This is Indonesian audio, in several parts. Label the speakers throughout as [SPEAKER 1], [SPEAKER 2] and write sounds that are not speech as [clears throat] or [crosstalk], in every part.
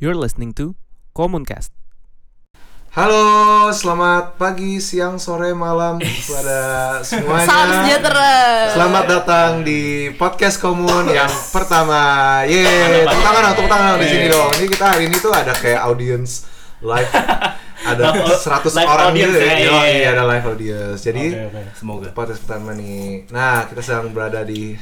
[SPEAKER 1] You're listening to Komuncast.
[SPEAKER 2] Halo, selamat pagi, siang, sore, malam kepada semuanya.
[SPEAKER 3] Salam
[SPEAKER 4] Ya.
[SPEAKER 3] sejahtera.
[SPEAKER 2] Selamat datang di podcast komun yang pertama. Yeay, tepuk tangan dong, tepuk tangan dong di sini dong. Ini kita hari ini tuh ada kayak audience live ada
[SPEAKER 4] Live au-
[SPEAKER 2] 100
[SPEAKER 4] live
[SPEAKER 2] orang
[SPEAKER 4] audience
[SPEAKER 2] gitu ya.
[SPEAKER 4] ya, iya,
[SPEAKER 2] Yoi,
[SPEAKER 4] iya.
[SPEAKER 2] ada live audience. Jadi
[SPEAKER 4] Semoga.
[SPEAKER 2] podcast pertama nih. Nah, kita sedang berada di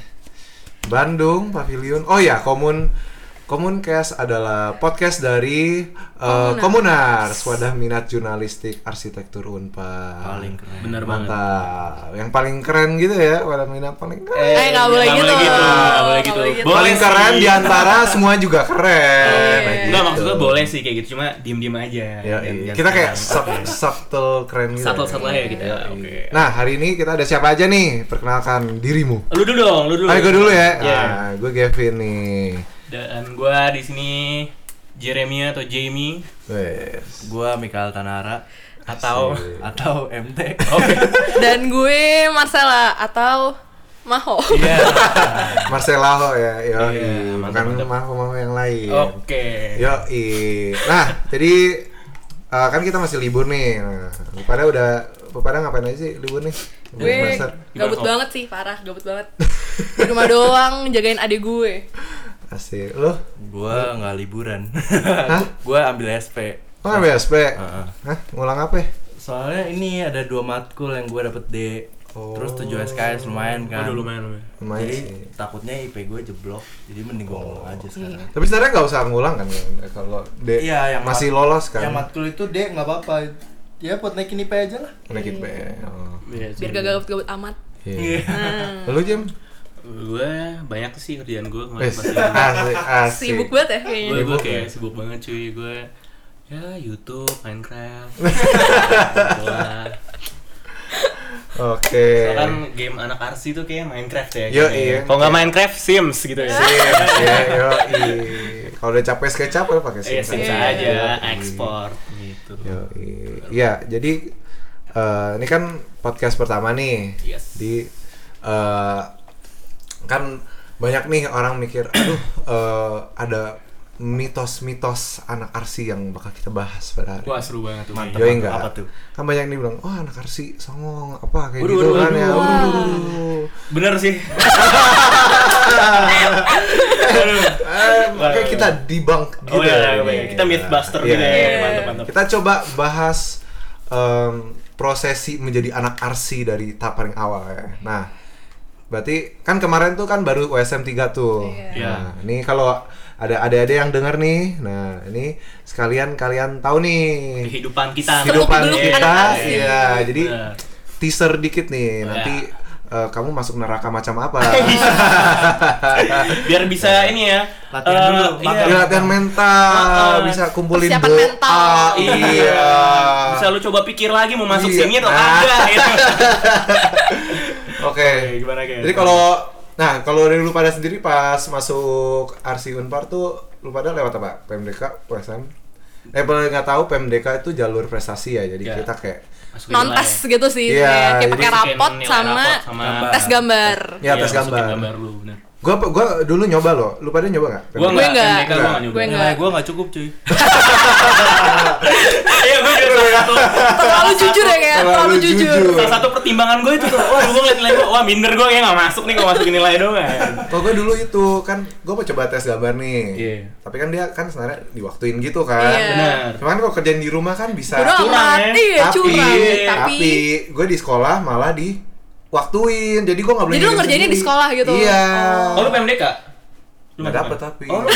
[SPEAKER 2] Bandung Pavilion. Oh ya, Komun Komuncast adalah podcast dari uh, Komunars, wadah minat jurnalistik arsitektur Unpad.
[SPEAKER 4] Paling keren. Bener banget.
[SPEAKER 2] Mantap. Yang paling keren gitu ya, wadah minat paling keren.
[SPEAKER 3] Eh, nggak boleh
[SPEAKER 4] nggak
[SPEAKER 3] gitu.
[SPEAKER 4] boleh gitu, nggak boleh gitu.
[SPEAKER 3] Nggak
[SPEAKER 4] Boleh
[SPEAKER 2] paling keren
[SPEAKER 4] sih.
[SPEAKER 2] di antara semua juga keren. Nah, gitu.
[SPEAKER 4] Enggak maksudnya boleh sih kayak gitu, cuma diem-diem aja.
[SPEAKER 2] Ya,
[SPEAKER 4] Dan-
[SPEAKER 2] iya.
[SPEAKER 4] dan-
[SPEAKER 2] kita kayak
[SPEAKER 4] dan-
[SPEAKER 2] sub, subtle keren gitu.
[SPEAKER 4] Subtle-subtle aja kita,
[SPEAKER 2] Iya,
[SPEAKER 4] oke.
[SPEAKER 2] iya. Nah, hari ini kita ada siapa aja nih? Perkenalkan dirimu.
[SPEAKER 4] Lu dulu dong, lu dulu.
[SPEAKER 2] Ayo gue dulu ya.
[SPEAKER 4] Iya.
[SPEAKER 2] Nah, gue Gavin nih.
[SPEAKER 4] Dan gue di sini Jeremia atau Jamie.
[SPEAKER 2] Wes.
[SPEAKER 5] Gua Mikael Tanara
[SPEAKER 4] Atau-
[SPEAKER 2] Asik.
[SPEAKER 5] atau MT. [laughs]
[SPEAKER 4] Oke.
[SPEAKER 3] Dan gue Marcella atau Maho.
[SPEAKER 4] Iya.
[SPEAKER 2] Marcella Ho ya. Yo,
[SPEAKER 4] Iya, mantap,
[SPEAKER 2] bukan
[SPEAKER 4] mantap.
[SPEAKER 2] mahu-mahu yang lain.
[SPEAKER 5] Oh.
[SPEAKER 4] Oke.
[SPEAKER 2] Yo, Nah, jadi eh, kan kita masih libur nih. Nah, pada udah pada ngapain aja sih libur nih? Libur
[SPEAKER 3] gue
[SPEAKER 2] semester.
[SPEAKER 3] gabut
[SPEAKER 4] Iya, Gimana, Oh. Ho?
[SPEAKER 3] banget sih, parah gabut banget. Di rumah doang jagain adik gue.
[SPEAKER 2] Asik. Lo?
[SPEAKER 5] Gua nggak liburan.
[SPEAKER 2] Hah?
[SPEAKER 5] Gua ambil SP.
[SPEAKER 2] Lo ngambil SP?
[SPEAKER 5] Heeh.
[SPEAKER 2] Hah? Ngulang apa ya?
[SPEAKER 5] Soalnya ini ada dua matkul yang gua dapet D. Terus 7 SKS Oh. lumayan kan.
[SPEAKER 4] Aduh lumayan lumayan.
[SPEAKER 2] Lumayan
[SPEAKER 5] Jadi
[SPEAKER 2] sih.
[SPEAKER 5] takutnya IP gue jeblok. Jadi mending gua ngomong aja sekarang.
[SPEAKER 2] Tapi sebenarnya nggak usah ngulang kan ya, kalau D
[SPEAKER 5] Iya, yang
[SPEAKER 2] masih
[SPEAKER 5] mat-
[SPEAKER 2] lolos kan.
[SPEAKER 5] Yang matkul itu D nggak apa-apa. Ya buat naikin IP aja lah.
[SPEAKER 2] Menaikit B. Oh.
[SPEAKER 4] Iya,
[SPEAKER 3] Biar gak gabut-gabut amat.
[SPEAKER 2] Iya. Lu Jim?
[SPEAKER 4] Gue banyak sih kerjaan gue kemarin
[SPEAKER 2] Wes.
[SPEAKER 4] pas libur.
[SPEAKER 2] Asik, asik.
[SPEAKER 3] Sibuk banget ya kayaknya.
[SPEAKER 4] gue gue
[SPEAKER 2] Sibuk
[SPEAKER 4] kayak
[SPEAKER 2] ya?
[SPEAKER 4] sibuk banget cuy gue ya YouTube
[SPEAKER 2] [laughs]
[SPEAKER 4] Minecraft bola
[SPEAKER 2] Oke.
[SPEAKER 4] kan game anak arsi tuh kayak Minecraft ya
[SPEAKER 2] Yo,
[SPEAKER 4] kayaknya.
[SPEAKER 2] iya.
[SPEAKER 4] kalau nggak Minecraft Sims gitu ya
[SPEAKER 2] Iya, yo, Kalau udah capek SketchUp ya pakai
[SPEAKER 4] Iya, Sims
[SPEAKER 2] aja.
[SPEAKER 4] aja
[SPEAKER 2] Yoi.
[SPEAKER 4] ekspor gitu
[SPEAKER 2] Yoi. Iya, jadi eh, ini kan podcast pertama nih.
[SPEAKER 4] Yes.
[SPEAKER 2] Di eh, kan banyak nih orang mikir, aduh eh, ada mitos-mitos anak arsi yang bakal kita bahas pada hari ini.
[SPEAKER 4] wah seru banget tuh
[SPEAKER 2] Yoi
[SPEAKER 5] Apa-
[SPEAKER 2] enggak?
[SPEAKER 5] apa tuh?
[SPEAKER 2] Kan banyak nih bilang, wah anak arsi songong apa kayak
[SPEAKER 4] Waduh,
[SPEAKER 2] gitu
[SPEAKER 4] waduh,
[SPEAKER 2] kan ya.
[SPEAKER 4] waduh.
[SPEAKER 2] Waduh, waduh, waduh.
[SPEAKER 4] bener
[SPEAKER 2] [laughs]
[SPEAKER 4] sih
[SPEAKER 2] Eh, makanya kita debunk gitu.
[SPEAKER 4] oh iya, iya,
[SPEAKER 2] Iya.
[SPEAKER 4] iya. kita myth buster
[SPEAKER 2] Iya.
[SPEAKER 4] gitu ya mantap mantap
[SPEAKER 2] Kita coba bahas em, prosesi menjadi anak arsi dari tahap paling awal ya. Nah, berarti kan kemarin tuh kan baru USM 3 tuh.
[SPEAKER 4] Iya.
[SPEAKER 2] Nah, ini kalau ada adik-adik yang denger nih, nah ini sekalian kalian tahu nih
[SPEAKER 4] kehidupan kita
[SPEAKER 2] kehidupan
[SPEAKER 3] Seluk-beluk
[SPEAKER 2] kita,
[SPEAKER 3] anak arsi.
[SPEAKER 2] iya. Jadi
[SPEAKER 4] Bener.
[SPEAKER 2] teaser dikit nih, nanti
[SPEAKER 4] Iya.
[SPEAKER 2] eh, kamu masuk neraka macam apa?
[SPEAKER 4] biar bisa ini ya
[SPEAKER 5] Latihan
[SPEAKER 4] eh,
[SPEAKER 5] dulu,
[SPEAKER 4] iya.
[SPEAKER 2] Iya, latihan mental,
[SPEAKER 4] Heeh.
[SPEAKER 2] bisa kumpulin
[SPEAKER 3] Persiapan
[SPEAKER 2] doa.
[SPEAKER 3] mental.
[SPEAKER 2] Iya.
[SPEAKER 4] bisa lu coba pikir lagi mau masuk
[SPEAKER 2] Iya.
[SPEAKER 4] sini atau
[SPEAKER 2] Ah.
[SPEAKER 4] enggak ya.
[SPEAKER 2] Oke.
[SPEAKER 4] Oke, gimana, Ken?
[SPEAKER 2] Jadi kalau nah kalau dari lu pada sendiri pas masuk RC Unpar tuh lu pada lewat apa? PMDK, USM? Eh boleh nggak tahu PMDK itu jalur prestasi ya. Jadi
[SPEAKER 4] Iya.
[SPEAKER 2] kita kayak
[SPEAKER 4] Masuk ke
[SPEAKER 3] Non tes
[SPEAKER 4] nilai.
[SPEAKER 3] gitu sih,
[SPEAKER 2] Iya,
[SPEAKER 3] kayak- kayak
[SPEAKER 2] jadi
[SPEAKER 3] pakai
[SPEAKER 4] Masukin
[SPEAKER 3] rapot
[SPEAKER 4] nilai
[SPEAKER 3] sama
[SPEAKER 4] rapot sama
[SPEAKER 3] tes gambar.
[SPEAKER 2] ya
[SPEAKER 4] Iya,
[SPEAKER 2] tes
[SPEAKER 4] masukin
[SPEAKER 2] gambar.
[SPEAKER 4] lu bener.
[SPEAKER 2] Gua gua dulu nyoba loh. Lu pada nyoba nggak?
[SPEAKER 4] Gua
[SPEAKER 2] PMDK?
[SPEAKER 3] Gue
[SPEAKER 4] enggak,
[SPEAKER 3] enggak.
[SPEAKER 4] MDK gua enggak nyoba.
[SPEAKER 3] Gue
[SPEAKER 5] Nilai
[SPEAKER 3] enggak.
[SPEAKER 5] gua nggak cukup cuy.
[SPEAKER 4] [laughs] Iya, gue juga salah satu
[SPEAKER 3] Terlalu jujur ya kayak,
[SPEAKER 2] Terlalu
[SPEAKER 3] terlalu jujur.
[SPEAKER 2] jujur.
[SPEAKER 4] salah satu pertimbangan gue itu tuh. Wah, gue ngeliat nilai gue, wah minder gue ya nggak masuk nih kalau masukin nilai doang.
[SPEAKER 2] Kalau gue dulu itu kan gue mau coba tes gambar nih.
[SPEAKER 4] Iya.
[SPEAKER 2] Tapi kan dia kan sebenarnya diwaktuin gitu kan.
[SPEAKER 3] Iya.
[SPEAKER 4] Benar.
[SPEAKER 2] Cuman kalau kerjaan di rumah kan bisa.
[SPEAKER 3] Udah
[SPEAKER 4] Curang, ya. iya,
[SPEAKER 3] mati ya,
[SPEAKER 2] tapi,
[SPEAKER 3] curang.
[SPEAKER 2] tapi,
[SPEAKER 3] Tapi
[SPEAKER 2] gue di sekolah malah di waktuin. Jadi gue nggak boleh.
[SPEAKER 3] Jadi lu
[SPEAKER 2] ngirim
[SPEAKER 3] ngerjainnya di
[SPEAKER 2] sendiri.
[SPEAKER 3] sekolah gitu?
[SPEAKER 2] Iya.
[SPEAKER 4] Oh, lu PMDK?
[SPEAKER 2] Nggak
[SPEAKER 4] Lu masuk
[SPEAKER 2] dapet
[SPEAKER 4] kan?
[SPEAKER 2] tapi.
[SPEAKER 4] Oh,
[SPEAKER 2] [laughs]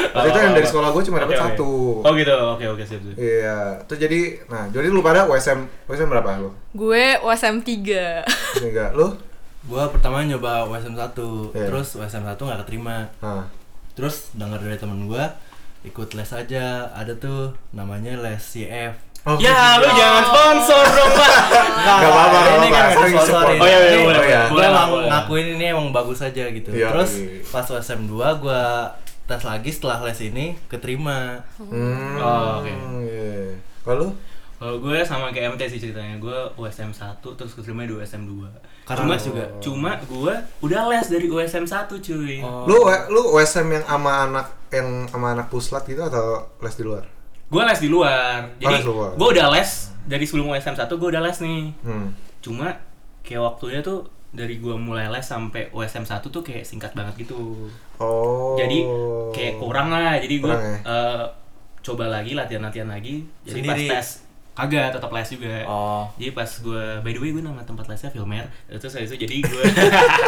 [SPEAKER 2] Waktu itu yang dari sekolah gue cuma dapet
[SPEAKER 4] Oke, oke.
[SPEAKER 2] satu.
[SPEAKER 4] Oh gitu, oke oke siap siap.
[SPEAKER 2] Iya, tuh jadi, nah jadi lu pada USM, USM berapa lu?
[SPEAKER 3] gue USM 3.
[SPEAKER 2] Enggak, lu?
[SPEAKER 5] Gua pertama nyoba USM 1,
[SPEAKER 2] Iya.
[SPEAKER 5] terus USM 1 nggak keterima.
[SPEAKER 2] Nah,
[SPEAKER 5] Terus dengar dari temen gua ikut les aja. Ada tuh namanya les CF.
[SPEAKER 2] Oh,
[SPEAKER 4] Ya, lu jangan sponsor dong, Pak.
[SPEAKER 2] Gak apa-apa, gak
[SPEAKER 5] Ini
[SPEAKER 2] apa-apa,
[SPEAKER 5] kan
[SPEAKER 2] sering
[SPEAKER 5] sponsor
[SPEAKER 2] support.
[SPEAKER 5] ini.
[SPEAKER 4] Oh, iya, iya,
[SPEAKER 2] Ini-
[SPEAKER 4] boleh, boleh.
[SPEAKER 5] Gua
[SPEAKER 4] lah,
[SPEAKER 5] ngaku-
[SPEAKER 4] boleh.
[SPEAKER 5] ngakuin ini emang bagus aja gitu.
[SPEAKER 2] Iya,
[SPEAKER 5] Terus
[SPEAKER 2] iya.
[SPEAKER 5] pas USM 2 gua tes lagi setelah les ini keterima.
[SPEAKER 2] Hmm,
[SPEAKER 4] Oh, oke.
[SPEAKER 2] iya. Kalau lu?
[SPEAKER 4] Kalau gue sama kayak MT sih ceritanya, gue USM 1 terus keterima di USM 2
[SPEAKER 5] Karena
[SPEAKER 4] cuma
[SPEAKER 5] les juga?
[SPEAKER 4] Cuma gue udah les dari USM 1 cuy
[SPEAKER 2] Oh. Lu, lu USM yang sama anak yang sama anak puslat gitu atau les di luar?
[SPEAKER 4] Gue les di luar.
[SPEAKER 2] Oh,
[SPEAKER 4] Jadi
[SPEAKER 2] les luar.
[SPEAKER 4] gue udah les dari sebelum USM 1 gue udah les nih.
[SPEAKER 2] Hmm.
[SPEAKER 4] Cuma kayak waktunya tuh dari gue mulai les sampai USM 1 tuh kayak singkat banget gitu.
[SPEAKER 2] Oh.
[SPEAKER 4] Jadi kayak kurang lah. Jadi gue
[SPEAKER 2] Kurang ya?
[SPEAKER 4] eh, coba lagi latihan-latihan lagi. Jadi
[SPEAKER 5] Sendiri?
[SPEAKER 4] pas tes kagak tetap les juga.
[SPEAKER 5] Oh.
[SPEAKER 4] Jadi pas gue, by the way gue nama tempat lesnya Filmer Terus habis itu jadi gue
[SPEAKER 2] [laughs]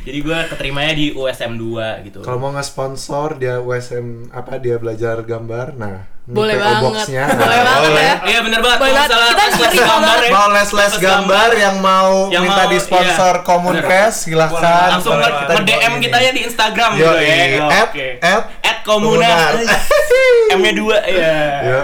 [SPEAKER 4] Jadi gue keterimanya di USM 2 gitu
[SPEAKER 2] Kalau mau nge-sponsor dia USM apa dia belajar gambar, nah ini
[SPEAKER 3] Boleh
[SPEAKER 2] PO
[SPEAKER 3] banget.
[SPEAKER 2] boxnya, nah,
[SPEAKER 3] Boleh banget ya.
[SPEAKER 4] Iya bener banget,
[SPEAKER 3] Boleh
[SPEAKER 4] kalau
[SPEAKER 3] banget.
[SPEAKER 4] salah
[SPEAKER 3] Kita
[SPEAKER 4] les
[SPEAKER 3] ngeri
[SPEAKER 4] gambar ya.
[SPEAKER 2] Mau les-les gambar yang mau
[SPEAKER 4] Yang
[SPEAKER 2] minta
[SPEAKER 4] mau,
[SPEAKER 2] di sponsor
[SPEAKER 4] iya.
[SPEAKER 2] Komuncast silahkan.
[SPEAKER 4] Langsung
[SPEAKER 2] Boleh
[SPEAKER 5] nge-
[SPEAKER 2] kita di
[SPEAKER 4] nge-DM
[SPEAKER 2] bawah
[SPEAKER 4] kita
[SPEAKER 2] ini.
[SPEAKER 4] ya di Instagram
[SPEAKER 2] Yo,
[SPEAKER 4] gitu ya.
[SPEAKER 2] at,
[SPEAKER 4] Oke.
[SPEAKER 2] at,
[SPEAKER 4] At Komunas [laughs]
[SPEAKER 2] Komunas.
[SPEAKER 4] M-nya 2 ya
[SPEAKER 2] Yo,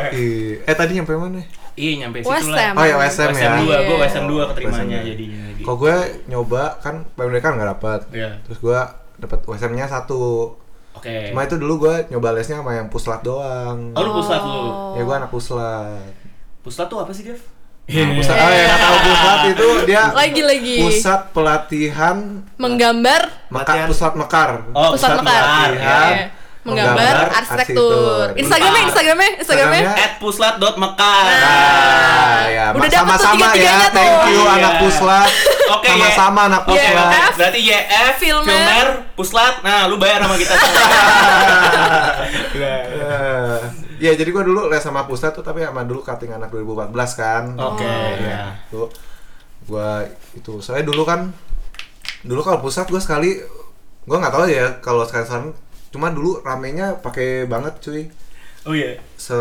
[SPEAKER 2] eh tadi nyampe mana?
[SPEAKER 4] Iya nyampe situ
[SPEAKER 3] USM.
[SPEAKER 4] lah
[SPEAKER 2] Oh ya USM
[SPEAKER 4] USM
[SPEAKER 2] ya.
[SPEAKER 4] 2, gue
[SPEAKER 3] Iya.
[SPEAKER 4] USM 2 keterimanya
[SPEAKER 2] USM.
[SPEAKER 4] jadinya gitu.
[SPEAKER 2] Kok gue nyoba kan PMDK nggak dapet.
[SPEAKER 4] Iya.
[SPEAKER 2] Terus gue dapet USM-nya satu.
[SPEAKER 4] Oke
[SPEAKER 2] Cuma itu dulu gue nyoba lesnya sama yang puslat doang.
[SPEAKER 4] Oh lu pusat lu
[SPEAKER 2] Ya gue anak puslat.
[SPEAKER 4] Pusat tuh apa sih Dev?
[SPEAKER 2] Nah, pusat, oh ya nggak tahu puslat itu dia
[SPEAKER 3] Lagi-lagi.
[SPEAKER 2] pusat pelatihan
[SPEAKER 3] Menggambar
[SPEAKER 2] mekar
[SPEAKER 5] Pelatihan.
[SPEAKER 2] pusat mekar.
[SPEAKER 4] Oh, ya.
[SPEAKER 3] pusat mekar.
[SPEAKER 2] pelatihan,
[SPEAKER 3] Iya. Menggambar
[SPEAKER 2] menggambar,
[SPEAKER 3] arsitektur.
[SPEAKER 2] arsitektur.
[SPEAKER 3] Instagramnya, Instagramnya, Instagramnya.
[SPEAKER 2] Instagramnya?
[SPEAKER 4] At puslat.mekar
[SPEAKER 2] Nah, ya,
[SPEAKER 3] Udah dapet tuh
[SPEAKER 2] sama-sama ya.
[SPEAKER 3] tiga-tiganya tuh.
[SPEAKER 2] Thank you
[SPEAKER 4] Iya.
[SPEAKER 2] anak puslat.
[SPEAKER 4] Oke,
[SPEAKER 2] sama-sama anak
[SPEAKER 4] Oke,
[SPEAKER 3] Iya,
[SPEAKER 2] puslat.
[SPEAKER 4] oke.
[SPEAKER 3] F.
[SPEAKER 4] berarti YF,
[SPEAKER 3] Filmer.
[SPEAKER 4] Filmer, Puslat. Nah, lu bayar sama kita.
[SPEAKER 2] Eh, ya jadi gua dulu les sama pusat tuh tapi sama dulu cutting anak 2014 kan.
[SPEAKER 4] Oke, ya.
[SPEAKER 2] Ya, tuh gua itu soalnya dulu kan dulu kalau pusat gua sekali gua nggak tahu ya kalau sekarang sekarang cuma dulu ramenya pakai banget cuy
[SPEAKER 4] Oh iya.
[SPEAKER 2] se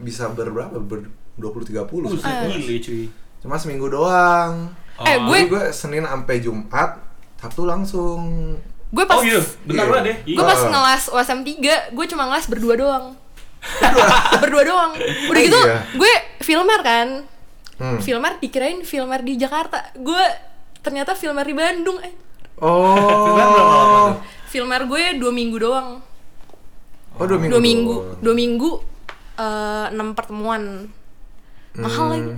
[SPEAKER 2] bisa berberapa ber 20 30
[SPEAKER 3] Oh,
[SPEAKER 4] Buset, gile, Oh, cuy.
[SPEAKER 2] cuma seminggu doang
[SPEAKER 3] Eh,
[SPEAKER 4] Oh.
[SPEAKER 2] gue
[SPEAKER 3] iya. gue
[SPEAKER 2] gue Senin sampai Jumat Sabtu langsung
[SPEAKER 3] gue pas
[SPEAKER 4] Oh iya, bentar
[SPEAKER 2] Iya.
[SPEAKER 4] lah deh.
[SPEAKER 3] gue pas ngelas USM 3, gue cuma ngelas berdua
[SPEAKER 2] [laughs]
[SPEAKER 3] doang. berdua doang. Udah gitu,
[SPEAKER 2] Iya.
[SPEAKER 3] gue filmer kan.
[SPEAKER 2] Hmm.
[SPEAKER 3] Filmer dikirain filmer di Jakarta. Gue ternyata filmer di Bandung. Eh,
[SPEAKER 2] oh
[SPEAKER 3] Filmer gue dua minggu doang.
[SPEAKER 2] oh dua minggu
[SPEAKER 3] Dua minggu,
[SPEAKER 2] doang.
[SPEAKER 3] dua minggu, eh, enam pertemuan. Mahal
[SPEAKER 2] Hmm.
[SPEAKER 3] lagi.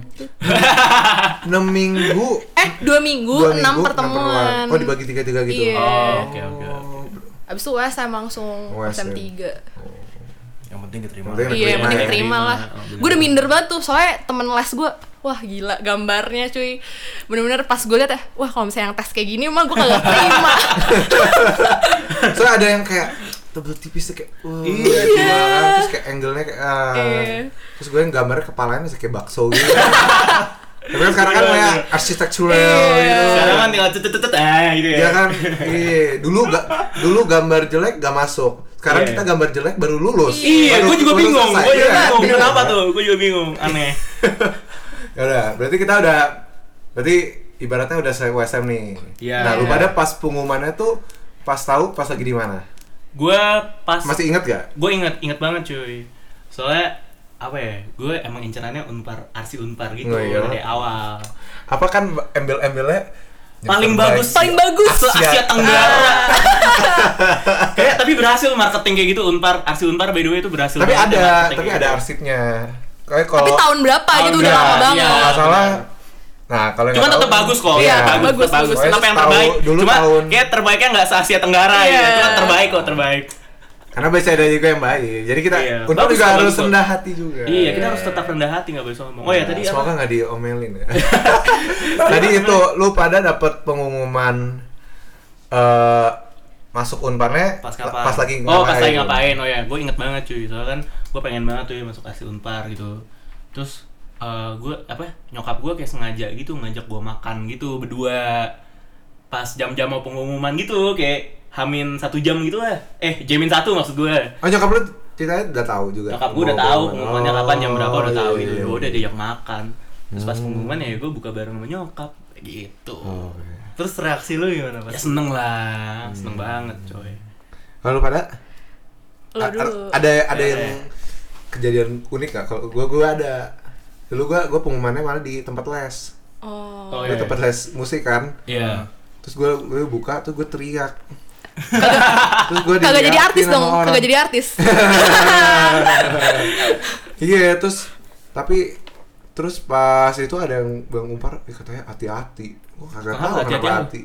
[SPEAKER 2] enam minggu
[SPEAKER 3] Eh,
[SPEAKER 2] dua
[SPEAKER 3] dua minggu,
[SPEAKER 2] minggu,
[SPEAKER 3] enam
[SPEAKER 2] enam
[SPEAKER 4] kan.
[SPEAKER 3] pertemuan.
[SPEAKER 2] oh dibagi tiga tiga gitu
[SPEAKER 3] Iya.
[SPEAKER 4] Oh, oke oke. oke.
[SPEAKER 3] Abis itu USM langsung
[SPEAKER 2] USM.
[SPEAKER 3] USM 3
[SPEAKER 5] Yang penting keterima.
[SPEAKER 2] Yang penting
[SPEAKER 3] Iya, yang
[SPEAKER 2] Terima
[SPEAKER 3] penting
[SPEAKER 2] ya.
[SPEAKER 3] terima lah.
[SPEAKER 4] Terima.
[SPEAKER 3] Gue udah minder banget tuh, soalnya temen les gue, wah gila gambarnya cuy. Bener-bener pas gue liat ya, wah kalau misalnya yang tes kayak gini mah gue kagak terima.
[SPEAKER 2] so ada yang kayak tebel tipis tuh kayak wah,
[SPEAKER 4] Iya.
[SPEAKER 2] gimana? terus kayak angle-nya kayak ah.
[SPEAKER 3] Iya.
[SPEAKER 2] terus gue yang gambarnya kepalanya masih kayak bakso
[SPEAKER 4] [laughs]
[SPEAKER 2] gitu tapi kan sekarang kan kayak arsitektural gitu
[SPEAKER 4] Iya. Sekarang kan tinggal tetet tetet ah gitu ya.
[SPEAKER 2] ya kan iya dulu gak dulu gambar jelek gak masuk sekarang
[SPEAKER 4] Iya.
[SPEAKER 2] kita gambar jelek baru lulus
[SPEAKER 4] Iya,
[SPEAKER 2] Baru
[SPEAKER 4] gue juga
[SPEAKER 2] lulus
[SPEAKER 4] bingung.
[SPEAKER 2] selesai.
[SPEAKER 4] Gue juga
[SPEAKER 2] Iya,
[SPEAKER 4] bingung.
[SPEAKER 2] bingung.
[SPEAKER 4] Kenapa tuh? Gue juga bingung. Aneh.
[SPEAKER 2] [laughs] ya udah berarti kita udah berarti ibaratnya udah saya USM nih
[SPEAKER 4] Iya.
[SPEAKER 2] [laughs] nah lu
[SPEAKER 4] Iya.
[SPEAKER 2] pada pas pengumumannya tuh pas tahu pas lagi di mana
[SPEAKER 4] Gue pas
[SPEAKER 2] masih inget gak
[SPEAKER 4] gue inget inget banget cuy soalnya apa ya gue emang incerannya unpar arsi unpar gitu
[SPEAKER 2] Oh, iya.
[SPEAKER 4] dari awal
[SPEAKER 2] apa kan embel-embelnya Yang
[SPEAKER 4] paling bagus
[SPEAKER 2] terbaik.
[SPEAKER 3] Paling bagus.
[SPEAKER 4] Asia, Asia
[SPEAKER 2] Asia. [laughs]
[SPEAKER 4] Tenggara kayak tapi berhasil marketing kayak gitu unpar arsi unpar by the way itu berhasil
[SPEAKER 2] tapi ada
[SPEAKER 4] banget marketing
[SPEAKER 2] tapi
[SPEAKER 4] kayak
[SPEAKER 2] ada
[SPEAKER 4] gitu.
[SPEAKER 2] arsipnya kayak kalau
[SPEAKER 3] Tapi tahun berapa
[SPEAKER 4] Tahun
[SPEAKER 3] gitu udah lama
[SPEAKER 4] berapa,
[SPEAKER 3] banget.
[SPEAKER 4] iya.
[SPEAKER 2] kalau nggak salah nah kalau yang
[SPEAKER 4] Cuman
[SPEAKER 2] nggak
[SPEAKER 4] tetap
[SPEAKER 2] tahu-
[SPEAKER 4] bagus kok,
[SPEAKER 3] Iya,
[SPEAKER 4] tetap bagus,
[SPEAKER 3] bagus,
[SPEAKER 4] tetap bagus,
[SPEAKER 3] bagus.
[SPEAKER 4] tetap yang
[SPEAKER 2] Setahun-
[SPEAKER 4] terbaik.
[SPEAKER 2] dulu
[SPEAKER 4] Cuma
[SPEAKER 2] tahun-
[SPEAKER 4] kayak terbaiknya nggak se Asia Tenggara
[SPEAKER 3] Iya.
[SPEAKER 4] gitu, cuma terbaik kok terbaik.
[SPEAKER 2] karena biasanya ada juga yang baik jadi kita
[SPEAKER 4] Iya.
[SPEAKER 2] untuk
[SPEAKER 4] Bagus
[SPEAKER 2] juga
[SPEAKER 4] kok,
[SPEAKER 2] harus
[SPEAKER 4] bagus kok.
[SPEAKER 2] rendah hati juga
[SPEAKER 4] Iya, kita harus tetap rendah hati nggak boleh sombong. Oh ya tadi apa? Iya,
[SPEAKER 2] semoga nggak diomelin
[SPEAKER 4] [laughs]
[SPEAKER 2] ya. Tadi itu lu pada dapat pengumuman eh masuk unparnya
[SPEAKER 4] pas kapan?
[SPEAKER 2] pas lagi
[SPEAKER 4] oh pas lagi ngapain oh ya gue inget banget cuy soalnya kan gue pengen banget tuh ya masuk asli unpar gitu terus eh gue apa nyokap gue kayak sengaja gitu ngajak gue makan gitu berdua pas jam-jam mau pengumuman gitu kayak hamin satu jam gitu lah eh jamin satu maksud gue
[SPEAKER 2] Oh nyokap lu ceritanya udah tahu juga. Oh,
[SPEAKER 4] nyokap gue udah tahu pengumumannya kapan jam berapa udah tahu gitu
[SPEAKER 2] itu
[SPEAKER 4] gue udah diajak makan terus pas pengumuman ya gue buka bareng sama nyokap gitu
[SPEAKER 2] Oh,
[SPEAKER 5] Terus reaksi lu gimana pas?
[SPEAKER 4] ya seneng lah seneng banget coy
[SPEAKER 2] Lalu pada
[SPEAKER 3] Lo
[SPEAKER 2] a-
[SPEAKER 3] dulu.
[SPEAKER 2] a-
[SPEAKER 4] Iya,
[SPEAKER 2] ada ada yang kejadian unik gak? Kalau gue gue ada. Dulu gue gue pengumumannya malah di tempat les.
[SPEAKER 3] Oh.
[SPEAKER 4] oh
[SPEAKER 2] Gue tempat les musik kan.
[SPEAKER 4] Iya.
[SPEAKER 2] Terus gue gue buka tuh gue
[SPEAKER 3] [laughs]
[SPEAKER 2] teriak. Terus gue
[SPEAKER 3] Kagak jadi artis dong, kagak jadi artis.
[SPEAKER 2] [laughs] Iya, terus tapi terus pas itu ada yang bang umpar "Ih, katanya hati-hati. Gua kagak
[SPEAKER 4] Kenapa
[SPEAKER 2] tahu
[SPEAKER 4] hati-hati
[SPEAKER 2] kenapa
[SPEAKER 4] apa?
[SPEAKER 2] hati.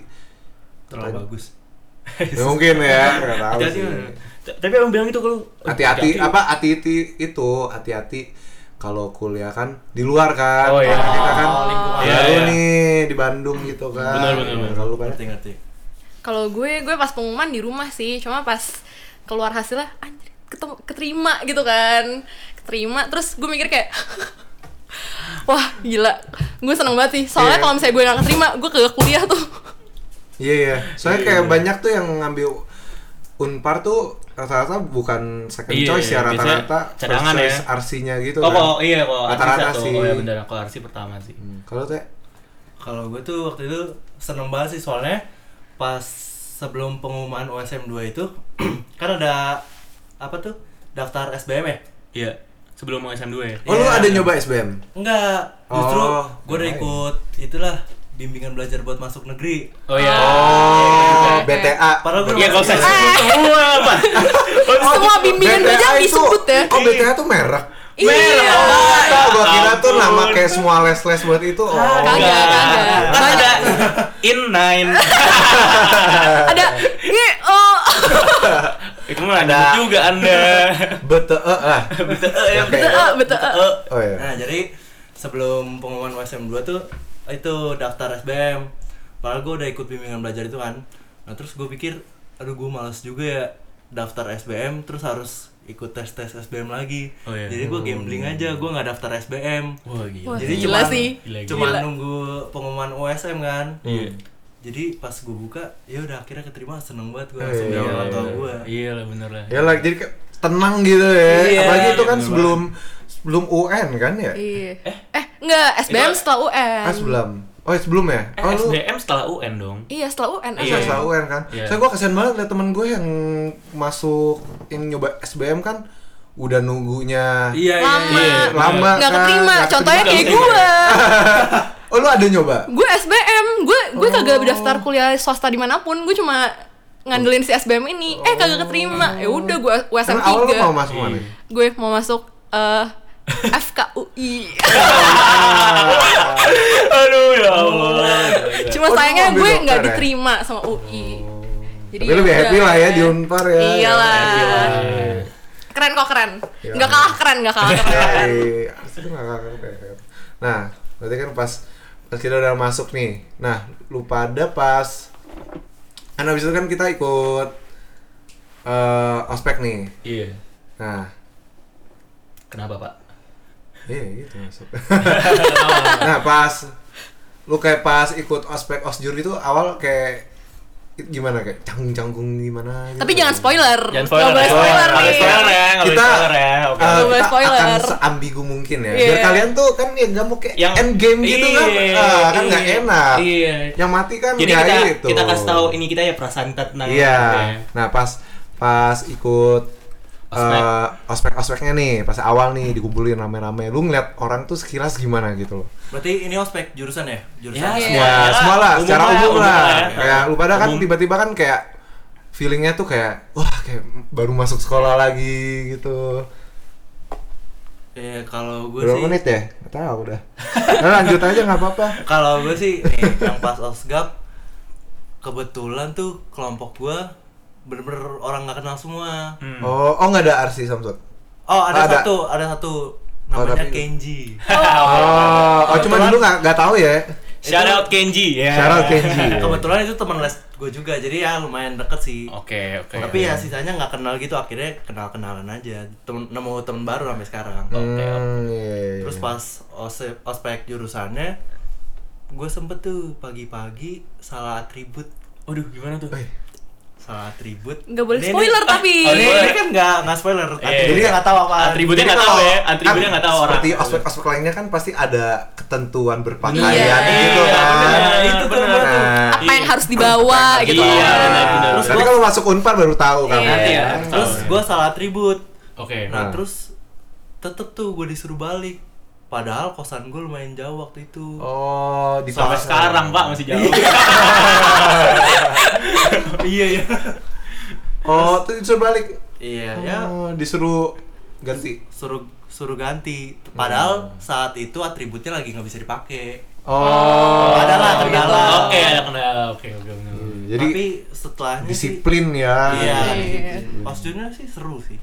[SPEAKER 4] terlalu bagus [laughs]
[SPEAKER 2] Ya, mungkin ya, nggak tahu
[SPEAKER 4] Hati-hati
[SPEAKER 2] sih.
[SPEAKER 4] mana? Oh, T- Tapi emang bilang gitu ke lu. "Eh,
[SPEAKER 2] hati-hati apa hati-hati itu hati-hati kalau kuliah kan di luar kan
[SPEAKER 4] Oh, iya.
[SPEAKER 2] Karena kita kan
[SPEAKER 4] lingkungan.
[SPEAKER 2] ada
[SPEAKER 4] Iya,
[SPEAKER 2] lu
[SPEAKER 4] iya.
[SPEAKER 2] nih di Bandung gitu kan
[SPEAKER 4] Benar, benar, benar.
[SPEAKER 2] kalau lu kan
[SPEAKER 5] ngerti ngerti
[SPEAKER 3] Kalau gue, gue pas pengumuman di rumah sih, cuma pas keluar hasilnya, anjir, ketemu, keterima gitu kan, keterima. Terus gue mikir kayak, [laughs] wah gila, gue seneng banget sih. Soalnya
[SPEAKER 2] Iya.
[SPEAKER 3] kalau misalnya gue gak keterima, gue ke kuliah tuh.
[SPEAKER 2] iya iya soalnya
[SPEAKER 4] Iya,
[SPEAKER 2] kayak
[SPEAKER 4] iya.
[SPEAKER 2] banyak tuh yang ngambil unpar tuh rata-rata bukan second
[SPEAKER 4] Iya,
[SPEAKER 2] choice ya
[SPEAKER 4] biasanya
[SPEAKER 2] rata-rata first
[SPEAKER 4] cadangan ya.
[SPEAKER 2] choice RC-nya gitu
[SPEAKER 4] Oh,
[SPEAKER 2] kan
[SPEAKER 4] kalau iya kalau Arsi
[SPEAKER 2] Rata-rata
[SPEAKER 4] satu.
[SPEAKER 2] sih.
[SPEAKER 4] Oh, iya benar, kalau Arsi pertama sih.
[SPEAKER 2] Hmm, kalau teh
[SPEAKER 5] kalau gue tuh waktu itu seneng banget sih soalnya pas sebelum pengumuman USM 2 itu [clears throat] kan ada apa tuh daftar SBM ya
[SPEAKER 4] Iya. Sebelum mau SM2 ya.
[SPEAKER 2] oh lu
[SPEAKER 5] Iya.
[SPEAKER 2] ada nyoba SBM
[SPEAKER 5] enggak justru
[SPEAKER 2] Oh,
[SPEAKER 5] gue udah
[SPEAKER 2] nice.
[SPEAKER 5] ikut itulah bimbingan belajar buat masuk negeri
[SPEAKER 4] Oh iya.
[SPEAKER 2] oh
[SPEAKER 3] Eh,
[SPEAKER 2] BTA
[SPEAKER 5] padahal gue
[SPEAKER 4] Iya,
[SPEAKER 5] masuk
[SPEAKER 4] enggak usah
[SPEAKER 5] negeri.
[SPEAKER 4] sebut semua, Pak.
[SPEAKER 3] Semua bimbingan gue jangan
[SPEAKER 2] itu-
[SPEAKER 3] disebut ya.
[SPEAKER 2] oh BTA tuh merek
[SPEAKER 3] Iya.
[SPEAKER 2] Oh, gua kira tuh
[SPEAKER 4] ampun.
[SPEAKER 2] nama kayak semua les-les buat itu. Oh,
[SPEAKER 3] Ah, Kagak, kagak.
[SPEAKER 4] Kan ada in nine.
[SPEAKER 3] Ada, ini, oh,
[SPEAKER 2] Eh,
[SPEAKER 4] Itu mah ada juga Anda.
[SPEAKER 2] Bete ah.
[SPEAKER 4] Betul, ya,
[SPEAKER 2] Oke.
[SPEAKER 3] betul, eh, betul. eh.
[SPEAKER 4] Eh,
[SPEAKER 2] Oh iya.
[SPEAKER 5] Nah, jadi sebelum pengumuman USM 2 tuh itu daftar SBM. Padahal gue udah ikut bimbingan belajar itu kan. Nah, terus gue pikir aduh gue males juga ya daftar SBM terus harus ikut tes-tes SBM lagi.
[SPEAKER 4] Oh, iya.
[SPEAKER 5] Jadi gue gambling aja, gue nggak daftar SBM.
[SPEAKER 4] Wah, gila.
[SPEAKER 3] Wah,
[SPEAKER 5] Jadi
[SPEAKER 3] gila
[SPEAKER 5] cuman-
[SPEAKER 3] sih.
[SPEAKER 4] Gila, gila.
[SPEAKER 5] Cuma nunggu pengumuman USM kan.
[SPEAKER 4] Iya.
[SPEAKER 5] Jadi pas gue buka, ya udah akhirnya keterima seneng banget gue
[SPEAKER 2] Eh,
[SPEAKER 5] langsung
[SPEAKER 2] iya,
[SPEAKER 5] bilang
[SPEAKER 4] Iya,
[SPEAKER 5] orang tua gue.
[SPEAKER 4] Iya lah bener lah.
[SPEAKER 2] Ya lah jadi kayak tenang gitu ya.
[SPEAKER 5] Iya,
[SPEAKER 2] Apalagi itu kan
[SPEAKER 5] bener
[SPEAKER 2] sebelum sebelum UN kan ya?
[SPEAKER 3] Iya. Eh, enggak, SBM
[SPEAKER 4] Itu-
[SPEAKER 3] setelah UN.
[SPEAKER 2] Ah sebelum. Oh sebelum ya?
[SPEAKER 4] Eh,
[SPEAKER 2] Oh lu
[SPEAKER 4] SBM setelah UN dong.
[SPEAKER 3] Iya, setelah UN.
[SPEAKER 4] Iya.
[SPEAKER 2] Iya, setelah UN kan.
[SPEAKER 4] Iya.
[SPEAKER 2] Saya gua kasihan banget liat temen gue yang masuk yang nyoba SBM kan udah nunggunya.
[SPEAKER 5] Iya, iya,
[SPEAKER 3] Lama.
[SPEAKER 5] iya.
[SPEAKER 2] Lama
[SPEAKER 3] Nggak
[SPEAKER 2] kan.
[SPEAKER 3] keterima,
[SPEAKER 2] Nggak
[SPEAKER 3] contohnya kayak
[SPEAKER 2] keterima.
[SPEAKER 3] gue.
[SPEAKER 2] [laughs] [laughs] Oh lu ada nyoba?
[SPEAKER 3] gue SBM gue gue kagak
[SPEAKER 2] Oh.
[SPEAKER 3] daftar kuliah swasta dimanapun gue cuma ngandelin si SBM ini eh kagak keterima ya udah gue USM
[SPEAKER 2] Oh. Emang awal lu mau
[SPEAKER 3] 3
[SPEAKER 2] masuk mana?
[SPEAKER 3] gue mau masuk
[SPEAKER 2] [laughs]
[SPEAKER 3] eh
[SPEAKER 2] Oh,
[SPEAKER 3] [laughs]
[SPEAKER 2] iya,
[SPEAKER 3] FKUI
[SPEAKER 4] Aduh ya Allah.
[SPEAKER 3] cuma
[SPEAKER 2] Oh, lu
[SPEAKER 3] sayangnya
[SPEAKER 2] ambil
[SPEAKER 3] gue
[SPEAKER 2] dokter
[SPEAKER 3] nggak
[SPEAKER 2] ya? Oh.
[SPEAKER 3] diterima sama UI jadi
[SPEAKER 2] Tapi lu lebih
[SPEAKER 3] ya
[SPEAKER 2] happy
[SPEAKER 3] udah.
[SPEAKER 2] lah ya di Unpar ya.
[SPEAKER 3] Iyalah.
[SPEAKER 4] Iya.
[SPEAKER 3] keren kok keren
[SPEAKER 2] Iya.
[SPEAKER 3] nggak kalah keren nggak kalah
[SPEAKER 2] [laughs]
[SPEAKER 3] keren
[SPEAKER 2] Yoi. Abis itu nggak kangen deh. Nah, berarti kan pas pas kita udah masuk nih. Nah, lu pada pas kan abis itu kan kita ikut eh ospek nih.
[SPEAKER 4] Iya.
[SPEAKER 2] Nah,
[SPEAKER 4] Kenapa, Pak?
[SPEAKER 2] iya gitu masuk. [laughs] nah, pas lu kayak pas ikut ospek osjur itu awal kayak gimana kayak canggung-canggung gimana gitu.
[SPEAKER 3] tapi jangan spoiler
[SPEAKER 4] Jangan ya.
[SPEAKER 3] Nggak boleh spoiler
[SPEAKER 4] Nggak boleh
[SPEAKER 3] nih
[SPEAKER 4] spoiler ya, nggak boleh
[SPEAKER 2] Kita-
[SPEAKER 4] spoiler ya.
[SPEAKER 2] Eh,
[SPEAKER 4] Oke.
[SPEAKER 3] Nggak boleh
[SPEAKER 2] kita
[SPEAKER 3] spoiler.
[SPEAKER 2] akan seambigu mungkin ya. Biar
[SPEAKER 3] Iya.
[SPEAKER 2] kalian tuh kan ya nggak mau kayak
[SPEAKER 4] Yang
[SPEAKER 2] end game gitu kan,
[SPEAKER 4] Iya,
[SPEAKER 2] Ah, kan nggak
[SPEAKER 4] iya,
[SPEAKER 2] enak.
[SPEAKER 4] Iya.
[SPEAKER 2] Yang mati kan
[SPEAKER 4] Jadi
[SPEAKER 2] nggak
[SPEAKER 4] kita
[SPEAKER 2] itu.
[SPEAKER 4] kita kasih tahu ini kita ya perasaan kita tentang
[SPEAKER 2] Iya.
[SPEAKER 4] Oke.
[SPEAKER 2] Nah pas pas ikut
[SPEAKER 4] Ospek.
[SPEAKER 2] eh, ospek-ospeknya nih, pas awal nih dikumpulin rame-rame, lu ngeliat orang tuh sekilas gimana gitu loh?
[SPEAKER 5] Berarti ini ospek jurusan ya? Jurusan.
[SPEAKER 4] Ya,
[SPEAKER 5] ospek.
[SPEAKER 4] iya.
[SPEAKER 2] Ya, semua lah,
[SPEAKER 4] umum
[SPEAKER 2] secara
[SPEAKER 4] lah,
[SPEAKER 2] umum
[SPEAKER 4] umum
[SPEAKER 2] lah.
[SPEAKER 4] lah ya.
[SPEAKER 2] Kayak lu pada kan
[SPEAKER 4] Umum.
[SPEAKER 2] tiba-tiba kan kayak feelingnya tuh kayak wah kayak baru masuk sekolah lagi gitu.
[SPEAKER 5] Ya, kalau gue
[SPEAKER 2] Berapa
[SPEAKER 5] sih
[SPEAKER 2] menit ya? Gak tau udah. Nah, lanjut aja nggak apa-apa.
[SPEAKER 5] kalau gue sih nih, yang pas osgap kebetulan tuh kelompok gue bener-bener orang nggak kenal semua
[SPEAKER 4] Hmm.
[SPEAKER 2] Oh, oh nggak ada RC Samsung.
[SPEAKER 5] oh ada,
[SPEAKER 2] Ada. Oh,
[SPEAKER 5] satu ada satu namanya
[SPEAKER 2] tapi-
[SPEAKER 5] Kenji
[SPEAKER 4] Ah,
[SPEAKER 2] Oh, oh cuman lu nggak nggak tahu ya?
[SPEAKER 4] Shout out Kenji ya.
[SPEAKER 2] Shout out Kenji.
[SPEAKER 5] kebetulan itu teman les gue juga jadi ya lumayan deket sih
[SPEAKER 4] Oke, oke.
[SPEAKER 5] tapi ya sisanya nggak kenal gitu akhirnya kenal kenalan aja temen, nemu temen baru sampai sekarang
[SPEAKER 2] Hmm, iya, iya,
[SPEAKER 5] terus
[SPEAKER 2] iya.
[SPEAKER 5] pas ose- ospek jurusannya gue sempet tuh pagi-pagi salah atribut
[SPEAKER 4] Waduh, gimana tuh?
[SPEAKER 2] Eh,
[SPEAKER 5] salah atribut
[SPEAKER 3] nggak boleh
[SPEAKER 5] Ini-
[SPEAKER 3] spoiler tapi
[SPEAKER 5] Ini,
[SPEAKER 4] boleh.
[SPEAKER 5] ini kan nggak nggak spoiler.
[SPEAKER 2] Eh,
[SPEAKER 4] Iya.
[SPEAKER 5] Jadi nggak tahu apa.
[SPEAKER 4] Atributnya
[SPEAKER 2] Jadi
[SPEAKER 4] nggak
[SPEAKER 2] kalau-
[SPEAKER 4] tahu ya, atributnya nggak tahu orang.
[SPEAKER 2] Seperti ospek-ospek lainnya kan pasti ada ketentuan berpakaian
[SPEAKER 3] Iya.
[SPEAKER 2] gitu
[SPEAKER 4] Iya,
[SPEAKER 2] kan.
[SPEAKER 4] benar.
[SPEAKER 5] Itu tuh
[SPEAKER 4] Benar.
[SPEAKER 5] benar tuh.
[SPEAKER 2] Nah,
[SPEAKER 3] apa yang harus dibawa gitu
[SPEAKER 4] Iya,
[SPEAKER 2] nah,
[SPEAKER 4] benar, benar.
[SPEAKER 5] Terus
[SPEAKER 2] Tapi
[SPEAKER 5] gua-
[SPEAKER 2] kalau masuk Unpar baru tahu kan.
[SPEAKER 3] Iya.
[SPEAKER 4] Nanti ya.
[SPEAKER 5] Terus gue salah atribut.
[SPEAKER 4] Oke.
[SPEAKER 5] Nah
[SPEAKER 2] Nah.
[SPEAKER 5] terus tetep tuh gue disuruh balik. Padahal kosan gue lumayan jauh waktu itu.
[SPEAKER 2] Oh, di
[SPEAKER 4] Sampai sekarang, Pak, masih jauh.
[SPEAKER 5] [laughs] iya iya.
[SPEAKER 2] Oh, tuh disuruh balik.
[SPEAKER 5] Iya ya.
[SPEAKER 2] Oh, disuruh ganti.
[SPEAKER 5] Suruh suruh ganti. Padahal saat itu atributnya lagi nggak bisa dipakai.
[SPEAKER 2] Oh, Hmm,
[SPEAKER 5] Ada lah kendala.
[SPEAKER 4] Oke, ada kendala. Oke, oke. benar.
[SPEAKER 2] Jadi
[SPEAKER 5] tapi setelahnya
[SPEAKER 2] disiplin ya.
[SPEAKER 5] sih iya
[SPEAKER 3] Iya.
[SPEAKER 5] disiplin. pas junior sih seru sih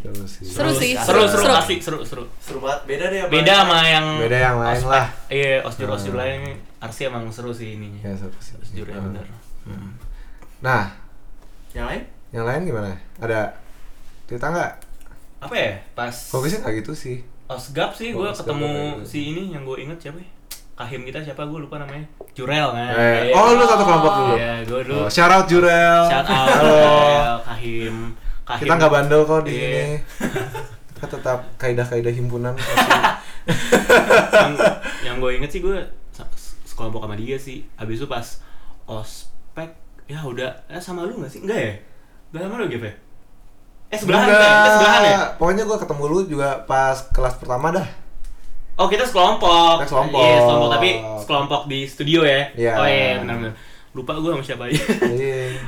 [SPEAKER 4] Iya,
[SPEAKER 2] Seru sih.
[SPEAKER 3] Seru sih,
[SPEAKER 4] seru
[SPEAKER 3] seru,
[SPEAKER 4] seru
[SPEAKER 3] seru.
[SPEAKER 4] asik seru seru
[SPEAKER 5] seru banget beda deh apa-
[SPEAKER 4] beda sama yang
[SPEAKER 2] Beda yang lain
[SPEAKER 4] ospek.
[SPEAKER 2] lah.
[SPEAKER 4] iya osjur osjur
[SPEAKER 2] Hmm.
[SPEAKER 4] lain arsi emang seru sih ininya
[SPEAKER 2] Ya, seru sih.
[SPEAKER 4] osjur ya
[SPEAKER 2] Hmm.
[SPEAKER 4] benar Hmm.
[SPEAKER 2] Nah,
[SPEAKER 5] yang lain
[SPEAKER 2] yang lain gimana? Ada cerita nggak?
[SPEAKER 4] apa ya pas
[SPEAKER 2] Kalau gue sih nggak gitu sih.
[SPEAKER 4] osgap sih
[SPEAKER 2] Oh,
[SPEAKER 4] gue
[SPEAKER 2] Osgap
[SPEAKER 4] ketemu
[SPEAKER 2] apa itu?
[SPEAKER 4] si ini yang gue inget siapa ya kahim kita siapa gue lupa namanya jurel kan
[SPEAKER 2] Eh,
[SPEAKER 4] Iya.
[SPEAKER 2] oh lu satu kelompok dulu.
[SPEAKER 4] iya gue dulu
[SPEAKER 2] Oh, shout out Jurel.
[SPEAKER 4] shout out
[SPEAKER 2] Halo.
[SPEAKER 4] Jurel, kahim kahim
[SPEAKER 2] Kita nggak bandel kok di
[SPEAKER 4] Iya.
[SPEAKER 2] sini. Kita tetap kaidah-kaidah himpunan.
[SPEAKER 4] yang, yang gue inget sih gue se- sekelompok sama dia sih habis itu pas ospek ya udah eh, sama lu gak sih enggak ya udah sama lu gitu ya eh [laughs] sebelahan
[SPEAKER 2] Enggak.
[SPEAKER 4] kan kita sebelahan ya
[SPEAKER 2] Pokoknya gue ketemu lu juga pas kelas pertama
[SPEAKER 4] [laughs]
[SPEAKER 2] dah.
[SPEAKER 4] oh kita sekelompok
[SPEAKER 2] Kita sekelompok.
[SPEAKER 4] iya sekelompok tapi sekelompok di studio ya
[SPEAKER 2] Iya.
[SPEAKER 4] oh iya benar-benar lupa gue sama siapa aja [laughs]
[SPEAKER 2] Iya.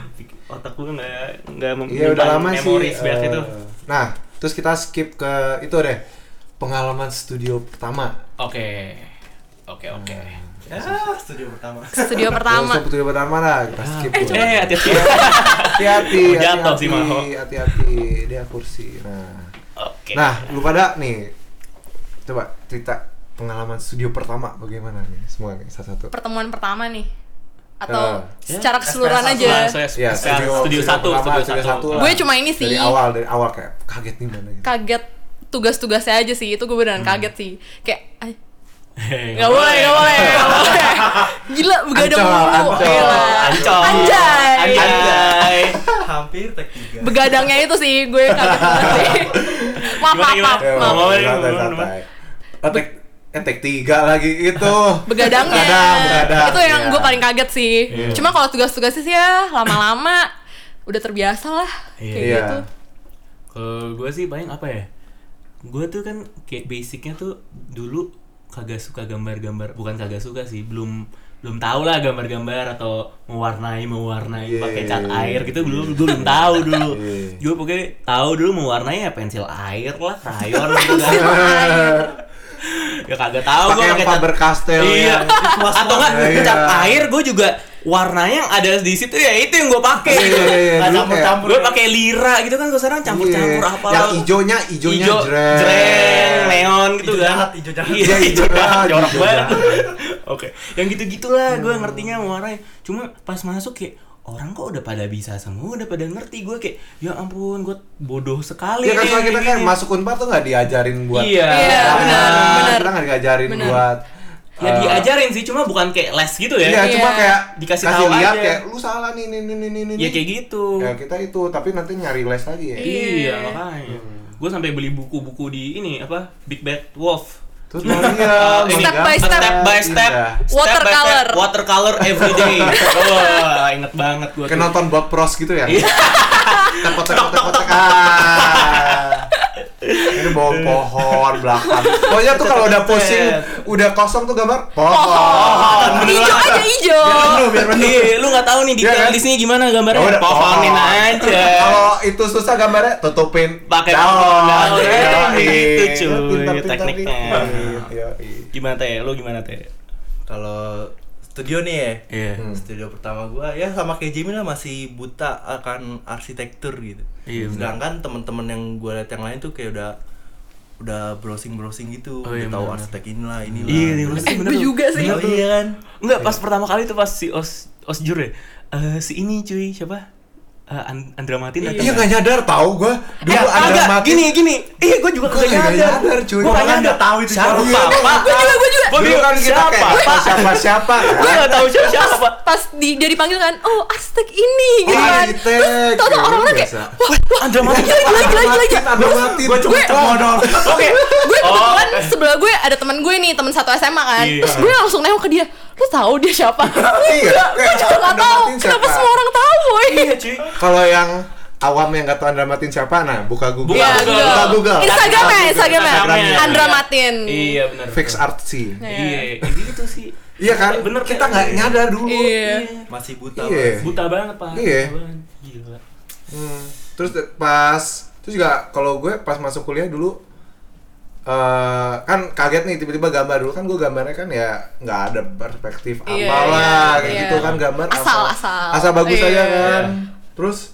[SPEAKER 4] otak gue nggak nggak
[SPEAKER 2] Iya udah lama sih.
[SPEAKER 4] memori sebanyak
[SPEAKER 2] eh,
[SPEAKER 4] itu
[SPEAKER 2] Nah, terus kita skip ke itu deh. Pengalaman studio pertama.
[SPEAKER 4] oke oke oke
[SPEAKER 5] ya studio pertama [laughs]
[SPEAKER 3] Studio pertama.
[SPEAKER 2] Studio pertama lah, kita skip.
[SPEAKER 4] eh
[SPEAKER 2] dulu.
[SPEAKER 4] coba. eh hati-hati
[SPEAKER 2] [laughs] hati-hati,
[SPEAKER 4] Mau jatuh sih, Maho.
[SPEAKER 2] hati-hati, hati-hati, dia kursi. Nah,
[SPEAKER 4] oke
[SPEAKER 2] nah, lu pada nih, coba cerita pengalaman studio pertama bagaimana nih semua nih satu-satu.
[SPEAKER 3] Pertemuan pertama nih. Atau
[SPEAKER 4] Ya,
[SPEAKER 3] secara keseluruhan
[SPEAKER 5] espresso
[SPEAKER 3] aja.
[SPEAKER 4] Langsung ya, sekarang studio satu
[SPEAKER 2] pertama,
[SPEAKER 4] studio
[SPEAKER 2] Iya, studio
[SPEAKER 4] satu
[SPEAKER 2] lah.
[SPEAKER 3] Gue cuma ini sih.
[SPEAKER 2] Dari awal, dari awal kayak kaget nih mana gitu.
[SPEAKER 3] Kaget tugas-tugasnya aja sih. Itu gue beneran
[SPEAKER 2] Hmm.
[SPEAKER 3] kaget sih. Kayak ay,
[SPEAKER 4] Hei,
[SPEAKER 3] Gak boleh, gak boleh, gak
[SPEAKER 2] [laughs]
[SPEAKER 3] boleh. Gila, begadang
[SPEAKER 2] Ancol,
[SPEAKER 3] mulu.
[SPEAKER 2] ancol,
[SPEAKER 3] Gila.
[SPEAKER 4] Ancol.
[SPEAKER 3] Anjay.
[SPEAKER 4] Anjay.
[SPEAKER 5] hampir tek tiga
[SPEAKER 3] Begadangnya itu sih gue kaget banget
[SPEAKER 2] [laughs]
[SPEAKER 3] sih. Maaf,
[SPEAKER 4] Gimana,
[SPEAKER 3] maaf,
[SPEAKER 4] gimana?
[SPEAKER 3] maaf,
[SPEAKER 2] Eh,
[SPEAKER 4] Mau,
[SPEAKER 3] maaf.
[SPEAKER 4] mau,
[SPEAKER 2] santai,
[SPEAKER 4] mau, mau,
[SPEAKER 2] santai. Eh, tek- eh, tek tiga lagi itu.
[SPEAKER 3] [laughs] Begadangnya.
[SPEAKER 2] Begadang, begadang.
[SPEAKER 3] Itu yang
[SPEAKER 2] Iya.
[SPEAKER 3] gue paling kaget sih. Cuma kalau tugas-tugasnya sih ya lama-lama udah terbiasa lah. Kayak
[SPEAKER 2] Iya. [laughs]
[SPEAKER 3] gitu.
[SPEAKER 4] Kalau gue sih paling apa ya? Gue tuh kan kayak basicnya tuh dulu kagak suka gambar-gambar, bukan kagak suka sih, belum belum tahu lah gambar-gambar atau mewarnai mewarnai
[SPEAKER 2] Yeay.
[SPEAKER 4] pakai cat air gitu belum gue belum
[SPEAKER 2] [laughs]
[SPEAKER 4] tahu dulu
[SPEAKER 2] Yeay.
[SPEAKER 4] gue pokoknya tahu dulu mewarnai ya pensil air lah
[SPEAKER 2] [laughs]
[SPEAKER 4] krayon gitu kan. ya kagak tahu
[SPEAKER 2] Pakai
[SPEAKER 4] gue
[SPEAKER 2] yang ya. Faber Castell
[SPEAKER 4] iya
[SPEAKER 2] yang
[SPEAKER 4] atau enggak
[SPEAKER 2] Iya.
[SPEAKER 4] cat air gue juga warnanya yang ada di situ ya itu yang gue pakai
[SPEAKER 2] Iya, iya, iya.
[SPEAKER 4] Nggak
[SPEAKER 2] Dulu kayak-
[SPEAKER 4] campur-campur gue pakai lira gitu kan gue sekarang campur-campur
[SPEAKER 2] Iya.
[SPEAKER 4] apa
[SPEAKER 2] Yang ijonya, ijonya
[SPEAKER 4] Ijo-
[SPEAKER 2] jreng.
[SPEAKER 4] jreng, neon gitu
[SPEAKER 5] Ijo
[SPEAKER 4] kan
[SPEAKER 5] jahat, ijo jahat.
[SPEAKER 4] iya
[SPEAKER 2] Iya,
[SPEAKER 4] ijo
[SPEAKER 2] ijo
[SPEAKER 4] jahat
[SPEAKER 2] jahat,
[SPEAKER 4] jorok
[SPEAKER 2] ijo
[SPEAKER 4] banget
[SPEAKER 2] jahat.
[SPEAKER 4] [laughs]
[SPEAKER 2] Hmm.
[SPEAKER 4] oke yang gitu gitulah gue ngertinya warnanya cuma pas masuk kayak orang kok udah pada bisa semua udah pada ngerti gue kayak ya ampun gue bodoh sekali
[SPEAKER 2] Iya kan
[SPEAKER 4] nih,
[SPEAKER 2] soalnya kita
[SPEAKER 4] gini,
[SPEAKER 2] kan
[SPEAKER 4] gini.
[SPEAKER 2] masuk unpar tuh nggak diajarin buat
[SPEAKER 4] Iya. Iya,
[SPEAKER 2] Ah,
[SPEAKER 3] benar, benar.
[SPEAKER 2] kita nggak diajarin
[SPEAKER 3] Benar.
[SPEAKER 2] buat
[SPEAKER 4] ya
[SPEAKER 2] eh,
[SPEAKER 4] diajarin sih cuma bukan kayak les gitu ya
[SPEAKER 2] Iya,
[SPEAKER 3] Iya.
[SPEAKER 2] cuma kayak
[SPEAKER 4] Dikasih
[SPEAKER 2] kasih
[SPEAKER 4] tahu
[SPEAKER 2] lihat
[SPEAKER 4] aja.
[SPEAKER 2] kayak lu salah nih nih nih nih nih.
[SPEAKER 4] ya
[SPEAKER 2] nih."
[SPEAKER 4] kayak gitu
[SPEAKER 2] Ya, kita itu tapi nanti nyari les lagi ya.
[SPEAKER 4] Iya, makanya. Gue sampai beli buku-buku di ini apa Big Bad Wolf.
[SPEAKER 2] Terus baru dia
[SPEAKER 4] [laughs]
[SPEAKER 3] Step by
[SPEAKER 2] menggambar,
[SPEAKER 3] step.
[SPEAKER 4] Step by step,
[SPEAKER 2] indah.
[SPEAKER 4] step
[SPEAKER 3] Watercolor.
[SPEAKER 4] by step, watercolor every
[SPEAKER 2] [laughs]
[SPEAKER 4] day. Wah, inget banget gue.
[SPEAKER 2] Kayak nonton Bob Ross gitu ya.
[SPEAKER 4] Iya.
[SPEAKER 2] Tekot tekot tekot tekot. Ah. Ini bawa pohon belakang. Pokoknya tuh kalau udah pusing,
[SPEAKER 4] Iya.
[SPEAKER 2] udah kosong tuh gambar Oh, pohon.
[SPEAKER 3] Ijo aja ijo.
[SPEAKER 2] biar menu.
[SPEAKER 4] Iya, lu nggak tahu nih
[SPEAKER 2] Iya
[SPEAKER 4] detail
[SPEAKER 2] kan?
[SPEAKER 4] di sini gimana
[SPEAKER 2] Ya
[SPEAKER 4] gambarnya.
[SPEAKER 2] udah,
[SPEAKER 4] Pohonin
[SPEAKER 2] pohon.
[SPEAKER 4] aja.
[SPEAKER 2] Kalau itu susah gambarnya tutupin
[SPEAKER 4] Pakai
[SPEAKER 2] daun. Iya,
[SPEAKER 4] pohon daun.
[SPEAKER 2] Yoi.
[SPEAKER 4] Eh,
[SPEAKER 2] iya.
[SPEAKER 4] gitu, cuy,
[SPEAKER 2] Pintar-pintar
[SPEAKER 4] tekniknya.
[SPEAKER 2] dikit. Yoi.
[SPEAKER 4] Gimana teh? Lu gimana teh?
[SPEAKER 5] kalau studio nih ya
[SPEAKER 4] Iya.
[SPEAKER 2] Hmm.
[SPEAKER 5] studio pertama gua ya sama kayak Jimmy lah masih buta akan arsitektur gitu
[SPEAKER 4] Iya, benar.
[SPEAKER 5] sedangkan teman-teman yang gua lihat yang lain tuh kayak udah udah browsing browsing gitu
[SPEAKER 4] Oh, iya,
[SPEAKER 5] udah tahu
[SPEAKER 4] benar.
[SPEAKER 5] arsitek inilah inilah
[SPEAKER 4] Iya, iya, benar.
[SPEAKER 3] Eh, gue juga sih.
[SPEAKER 5] Bener tuh. iya kan
[SPEAKER 4] Enggak, pas pertama kali tuh pas si Os Osjur ya. Eh, si ini cuy, siapa? Eh, An- Andra Matin datang.
[SPEAKER 2] Iya nggak nyadar tahu gue
[SPEAKER 4] Eh,
[SPEAKER 2] dulu ada
[SPEAKER 4] agak,
[SPEAKER 2] mati.
[SPEAKER 4] gini gini. Iya, gue juga
[SPEAKER 2] Gua
[SPEAKER 4] kagak
[SPEAKER 2] nggak
[SPEAKER 4] nyadar.
[SPEAKER 2] nyadar, cuy.
[SPEAKER 4] Gua nggak
[SPEAKER 2] Orang
[SPEAKER 4] nyadar.
[SPEAKER 5] nggak tahu itu
[SPEAKER 4] siapa.
[SPEAKER 2] siapa.
[SPEAKER 4] Pak?
[SPEAKER 3] Gue juga, gue juga.
[SPEAKER 2] Dulu kan kita
[SPEAKER 4] Siapa?
[SPEAKER 2] kayak "Ah, siapa siapa.
[SPEAKER 4] gue gak tahu siapa
[SPEAKER 3] pas,
[SPEAKER 4] siapa
[SPEAKER 3] pas di, dia dipanggil kan, oh arsitek ini
[SPEAKER 2] Oh,
[SPEAKER 3] gitu kan.
[SPEAKER 2] arsitek.
[SPEAKER 3] Terus tau
[SPEAKER 2] Ya,
[SPEAKER 3] tau orang-orang kayak,
[SPEAKER 2] biasa.
[SPEAKER 3] wah, wah,
[SPEAKER 4] Andra
[SPEAKER 3] gila,
[SPEAKER 4] Matin.
[SPEAKER 3] gila, gila, gila, gila, gila.
[SPEAKER 2] Ada mati. Gue
[SPEAKER 3] cuma
[SPEAKER 2] cuma dong.
[SPEAKER 4] oke
[SPEAKER 3] Gue kebetulan sebelah gue ada teman gue nih, teman satu SMA kan.
[SPEAKER 4] Oh, eh. Iya.
[SPEAKER 3] Terus gue langsung nengok ke dia, lu tahu dia siapa?
[SPEAKER 2] [laughs] Iya,
[SPEAKER 3] Enggak, gue
[SPEAKER 2] kayak,
[SPEAKER 3] juga
[SPEAKER 2] Andra
[SPEAKER 3] gak tahu.
[SPEAKER 2] Matin
[SPEAKER 3] Kenapa
[SPEAKER 2] siapa?
[SPEAKER 3] semua orang tahu, boy?
[SPEAKER 4] iya cuy
[SPEAKER 2] Kalau yang awam yang nggak tahu anda matiin siapa, nah buka Google.
[SPEAKER 4] Buka
[SPEAKER 3] Iya,
[SPEAKER 4] Google.
[SPEAKER 2] Buka Google.
[SPEAKER 3] Instagramnya, Instagramnya.
[SPEAKER 4] Instagramnya.
[SPEAKER 3] Andra Matin.
[SPEAKER 4] iya benar
[SPEAKER 2] Fix artsy.
[SPEAKER 4] iya gitu sih
[SPEAKER 2] Iya kan?
[SPEAKER 4] Eh, bener
[SPEAKER 2] kita
[SPEAKER 4] Teh.
[SPEAKER 2] nggak nyadar dulu.
[SPEAKER 3] Iya.
[SPEAKER 5] masih buta
[SPEAKER 2] Iya.
[SPEAKER 5] banget.
[SPEAKER 4] buta banget pak
[SPEAKER 2] Iya.
[SPEAKER 4] Buta banget. gila
[SPEAKER 2] Hmm. Terus pas terus juga kalau gue pas masuk kuliah dulu eh eh, kan kaget nih tiba-tiba gambar dulu kan gue gambarnya kan ya nggak ada perspektif
[SPEAKER 3] Iya,
[SPEAKER 2] apalah
[SPEAKER 3] iya,
[SPEAKER 2] kayak
[SPEAKER 3] iya.
[SPEAKER 2] gitu kan gambar
[SPEAKER 3] Asal, asal.
[SPEAKER 2] asal, bagus
[SPEAKER 3] Iya.
[SPEAKER 2] aja kan terus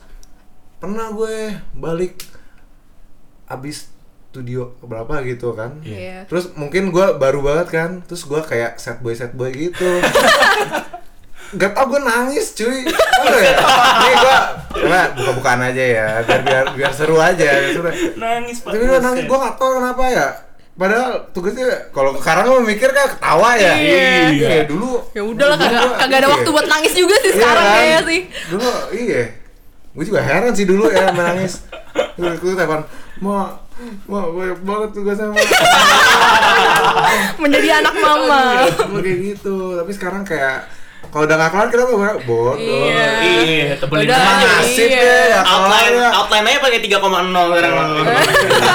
[SPEAKER 2] pernah gue balik abis studio berapa gitu kan
[SPEAKER 3] Iya.
[SPEAKER 2] terus mungkin gue baru banget kan terus gue kayak sad boy sad boy gitu Gak tau gue nangis cuy Apa ya? Nih gue Coba buka-bukaan aja ya Biar biar, biar seru aja biar seru.
[SPEAKER 4] nangis pak
[SPEAKER 2] Tapi gue nangis, gue gak tau kenapa ya Padahal tugasnya kalau sekarang lo mikir kan ketawa ya
[SPEAKER 3] Iya.
[SPEAKER 2] Iya, dulu
[SPEAKER 3] Ya udahlah
[SPEAKER 2] dulu
[SPEAKER 3] kagak
[SPEAKER 2] gua-
[SPEAKER 3] kagak ada
[SPEAKER 2] iya.
[SPEAKER 3] waktu buat nangis juga sih
[SPEAKER 2] Iya
[SPEAKER 3] sekarang
[SPEAKER 2] kan?
[SPEAKER 3] kayaknya sih.
[SPEAKER 2] Dulu iya. Gue juga heran sih dulu ya sama nangis. Gue gue telepon, "Ma, ma banyak banget tugasnya, Ma."
[SPEAKER 3] Menjadi anak mama.
[SPEAKER 2] [laughs] Dulu kayak gitu. Tapi sekarang kayak kalau udah gak kelar kita tuh kayak bodoh.
[SPEAKER 3] Iya.
[SPEAKER 4] Iya, tebelin
[SPEAKER 3] Udah,
[SPEAKER 4] aja.
[SPEAKER 2] Nasib
[SPEAKER 3] iya.
[SPEAKER 2] deh, ya kelar
[SPEAKER 4] outline
[SPEAKER 2] ya.
[SPEAKER 4] outline aja pakai 3,0 sekarang
[SPEAKER 5] Iya.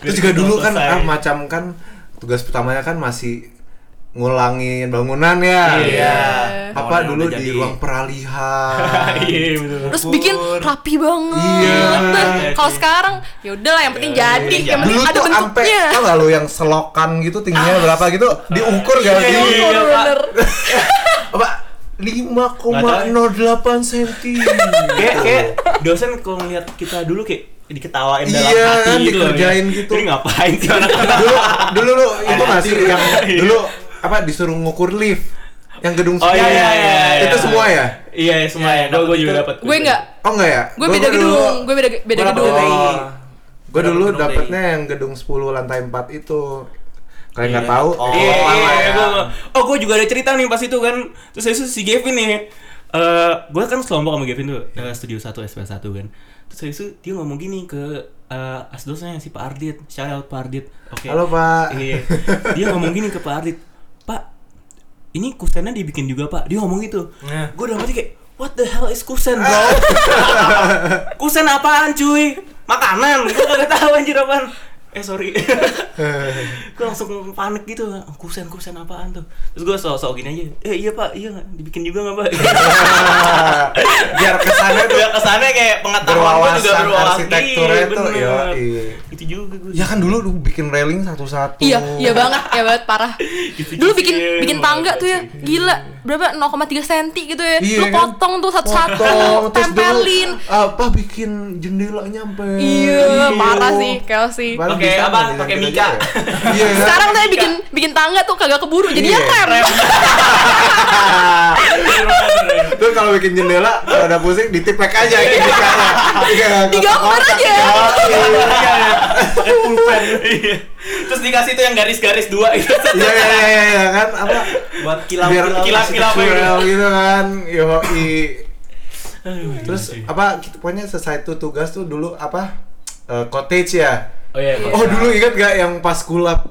[SPEAKER 2] Terus juga dulu kan
[SPEAKER 4] Selesai.
[SPEAKER 2] ah, macam kan tugas pertamanya kan masih ngulangin bangunan ya.
[SPEAKER 4] Iya.
[SPEAKER 2] Apa
[SPEAKER 5] Bangunan
[SPEAKER 2] dulu
[SPEAKER 5] udah
[SPEAKER 2] di
[SPEAKER 5] jadi.
[SPEAKER 2] ruang peralihan.
[SPEAKER 4] [laughs] iya betul
[SPEAKER 3] Terus bikin rapi banget.
[SPEAKER 2] Iya.
[SPEAKER 3] [laughs] Kalau sekarang ya udahlah yang penting jadi,
[SPEAKER 4] penting
[SPEAKER 3] yang
[SPEAKER 4] jadi.
[SPEAKER 2] dulu
[SPEAKER 3] penting Iya, ada
[SPEAKER 2] tuh ampe
[SPEAKER 3] bentuknya. [laughs] Ah.
[SPEAKER 2] tau gak lu yang selokan gitu tingginya berapa gitu diukur gak
[SPEAKER 4] Iya,
[SPEAKER 2] sih
[SPEAKER 4] iya.
[SPEAKER 3] Bener,
[SPEAKER 4] Pak.
[SPEAKER 3] bener.
[SPEAKER 2] apa 5,08 cm
[SPEAKER 4] kayak kayak dosen kalau ngeliat kita dulu kayak diketawain dalam
[SPEAKER 2] Iya,
[SPEAKER 4] hati
[SPEAKER 2] kan,
[SPEAKER 4] gitu loh,
[SPEAKER 2] dikerjain
[SPEAKER 4] ya.
[SPEAKER 2] gitu.
[SPEAKER 4] Ini ngapain sih anak
[SPEAKER 2] dulu dulu
[SPEAKER 4] [laughs]
[SPEAKER 2] lu itu gak sih yang
[SPEAKER 4] Iya.
[SPEAKER 2] dulu apa disuruh ngukur lift yang gedung
[SPEAKER 4] Oh iya,
[SPEAKER 2] sebelah.
[SPEAKER 4] iya, iya, iya.
[SPEAKER 2] itu semua ya
[SPEAKER 4] Iya, semua ya. Gue juga dapat.
[SPEAKER 3] Gue enggak.
[SPEAKER 2] oh enggak ya
[SPEAKER 3] Gue beda gedung, gue beda beda
[SPEAKER 5] Gua
[SPEAKER 3] gedung.
[SPEAKER 5] dapet dari-
[SPEAKER 4] Iya.
[SPEAKER 2] gue Oh, dulu
[SPEAKER 5] Gua dapet gedung
[SPEAKER 2] dapetnya yang gedung 10 lantai 4 itu kalian nggak
[SPEAKER 5] Iya.
[SPEAKER 2] tahu
[SPEAKER 5] Oh.
[SPEAKER 2] eh,
[SPEAKER 4] Iya,
[SPEAKER 2] kalau
[SPEAKER 4] iya,
[SPEAKER 2] lama
[SPEAKER 4] iya,
[SPEAKER 2] ya.
[SPEAKER 4] gua- Oh, gue juga ada cerita nih pas itu kan. Terus habis itu si Gavin nih. Eh, gue kan sekelompok sama Gavin tuh eh, studio 1 SP1 kan. Terus habis itu dia ngomong gini ke eh asdosnya si Pak Ardit. Shout out Pak Ardit. Oke.
[SPEAKER 2] halo pak
[SPEAKER 4] Iya. Dia ngomong gini ke Pak Ardit. Pak, ini kusennya dibikin juga, Pak. Dia ngomong gitu.
[SPEAKER 2] Iya.
[SPEAKER 5] Nah.
[SPEAKER 4] Gue udah mati kayak, what the hell is kusen,
[SPEAKER 2] [laughs]
[SPEAKER 4] bro? kusen apaan, cuy? Makanan. Gue gak tahu anjir apaan. Eh, sorry. [laughs] gue langsung panik gitu kusen kusen apaan tuh terus gue sok sok gini aja eh iya pak iya dibikin juga nggak pak
[SPEAKER 2] [laughs]
[SPEAKER 4] [laughs]
[SPEAKER 2] biar kesannya tuh
[SPEAKER 4] udah kesannya kayak pengetahuan gue juga
[SPEAKER 2] berwawasan
[SPEAKER 4] berwawasan
[SPEAKER 2] arsitekturnya
[SPEAKER 4] Iya,
[SPEAKER 2] tuh
[SPEAKER 4] bener.
[SPEAKER 2] ya iya.
[SPEAKER 4] itu juga gue
[SPEAKER 2] ya kan dulu lu bikin railing satu-satu
[SPEAKER 3] Iya, iya banget, iya banget parah.
[SPEAKER 4] Gitu-gitu
[SPEAKER 3] Dulu bikin
[SPEAKER 4] sih,
[SPEAKER 3] bikin
[SPEAKER 4] emang
[SPEAKER 3] tangga
[SPEAKER 4] ada
[SPEAKER 3] tuh ya,
[SPEAKER 4] sih.
[SPEAKER 3] gila. Berapa 0,3 senti gitu ya.
[SPEAKER 2] Iya
[SPEAKER 3] Lu
[SPEAKER 2] kan?
[SPEAKER 3] potong tuh
[SPEAKER 2] Potong,
[SPEAKER 3] satu-satu,
[SPEAKER 2] terus dulu,
[SPEAKER 3] tempelin.
[SPEAKER 2] apa bikin jendelanya sampai
[SPEAKER 3] Iya,
[SPEAKER 2] Iya.
[SPEAKER 3] parah sih, chaos sih.
[SPEAKER 2] Padahal
[SPEAKER 4] Pakai
[SPEAKER 2] bisa
[SPEAKER 4] apa?
[SPEAKER 2] nggak
[SPEAKER 4] Pakai
[SPEAKER 2] bilang
[SPEAKER 4] mika. [laughs]
[SPEAKER 2] gitu ya? Iya. kan?
[SPEAKER 3] Sekarang saya bikin bikin tangga tuh kagak keburu, jadi
[SPEAKER 2] Iya.
[SPEAKER 3] ya rem.
[SPEAKER 2] Terus kalau bikin jendela kalau ada pusing ditiplek aja gitu sekarang. Tiga
[SPEAKER 3] [laughs] Digambar
[SPEAKER 2] kotak,
[SPEAKER 3] aja.
[SPEAKER 2] tiga kotak.
[SPEAKER 4] iya iya. pakai pulpen Iya. terus dikasih tuh yang garis-garis dua gitu. itu
[SPEAKER 2] Iya iya iya iya, iya kan apa
[SPEAKER 5] buat
[SPEAKER 2] biar
[SPEAKER 5] kilau-kilau
[SPEAKER 4] kilau. kilap-kilap ya.
[SPEAKER 2] arsitektural gitu kan. Yoi.
[SPEAKER 4] Aduh,
[SPEAKER 2] Terus
[SPEAKER 4] gila sih.
[SPEAKER 2] apa kita- pokoknya selesai tuh tugas tuh dulu apa eh, cottage ya.
[SPEAKER 4] oh iya
[SPEAKER 2] Oh dulu ingat gak yang pas kulap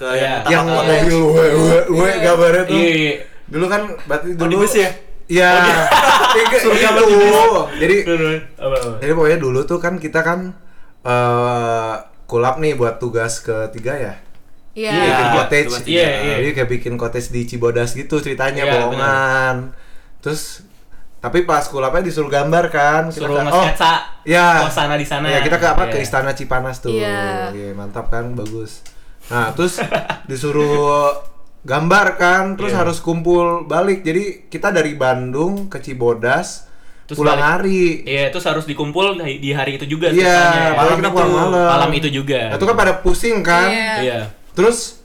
[SPEAKER 5] ke yang
[SPEAKER 4] Iya.
[SPEAKER 2] yang
[SPEAKER 5] tahap awal.
[SPEAKER 2] mobil we we we gambarnya tuh.
[SPEAKER 4] iya iya
[SPEAKER 2] Dulu kan berarti
[SPEAKER 5] Oh, di
[SPEAKER 2] dulu
[SPEAKER 5] bus ya?
[SPEAKER 2] [laughs] Iya.
[SPEAKER 4] Oh,
[SPEAKER 5] Surga
[SPEAKER 2] Surga
[SPEAKER 5] berarti bus.
[SPEAKER 2] Jadi
[SPEAKER 4] Terus, apa, apa?
[SPEAKER 2] jadi pokoknya dulu tuh kan kita kan eh kulap nih buat tugas ketiga ya.
[SPEAKER 3] Iya.
[SPEAKER 4] Iya.
[SPEAKER 2] Bikin cottage.
[SPEAKER 5] tugas
[SPEAKER 4] tiga. Iya, iya.
[SPEAKER 2] Jadi kayak bikin cottage di Cibodas gitu ceritanya
[SPEAKER 4] Iya,
[SPEAKER 2] bohongan. Terus tapi pas kulapnya disuruh gambar kan. Kita
[SPEAKER 4] suruh
[SPEAKER 2] kan,
[SPEAKER 4] ngesketsa
[SPEAKER 2] Ya.
[SPEAKER 4] suasana di sana
[SPEAKER 2] Ya kita ke apa ke
[SPEAKER 4] Iya.
[SPEAKER 2] istana Cipanas tuh.
[SPEAKER 3] Iya.
[SPEAKER 2] Iya, mantap kan, bagus. Nah, terus
[SPEAKER 4] [laughs]
[SPEAKER 2] disuruh gambar kan, terus
[SPEAKER 4] Iya.
[SPEAKER 2] harus kumpul balik. Jadi kita dari Bandung ke Cibodas
[SPEAKER 4] Terus
[SPEAKER 2] pulang
[SPEAKER 4] balik.
[SPEAKER 2] hari.
[SPEAKER 4] Iya, terus harus dikumpul di di hari itu juga
[SPEAKER 2] Iya,
[SPEAKER 4] malam,
[SPEAKER 2] malam kita pulang malam.
[SPEAKER 4] malam itu juga.
[SPEAKER 2] Nah, itu kan pada pusing kan.
[SPEAKER 3] Iya.
[SPEAKER 4] Iya.
[SPEAKER 2] Terus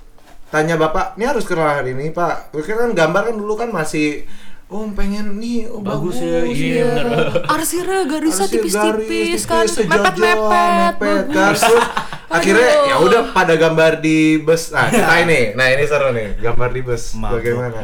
[SPEAKER 2] tanya bapak, ini harus ke hari ini pak. Kita kan gambar kan dulu kan masih, oh pengen nih, oh bagus,
[SPEAKER 4] Bagus ya, iya, bener.
[SPEAKER 3] Arsirnya garisnya
[SPEAKER 2] Harusnya
[SPEAKER 3] tipis-tipis kan,
[SPEAKER 2] sejajar,
[SPEAKER 3] mepet-mepet,
[SPEAKER 2] mepet, kan.
[SPEAKER 3] bagus.
[SPEAKER 2] Terus akhirnya
[SPEAKER 3] Aduh.
[SPEAKER 2] ya udah pada gambar di bus.
[SPEAKER 3] Iya.
[SPEAKER 2] Nah, kita ini. Nah, ini seru nih, gambar di bus.
[SPEAKER 5] Mabuk.
[SPEAKER 2] Bagaimana?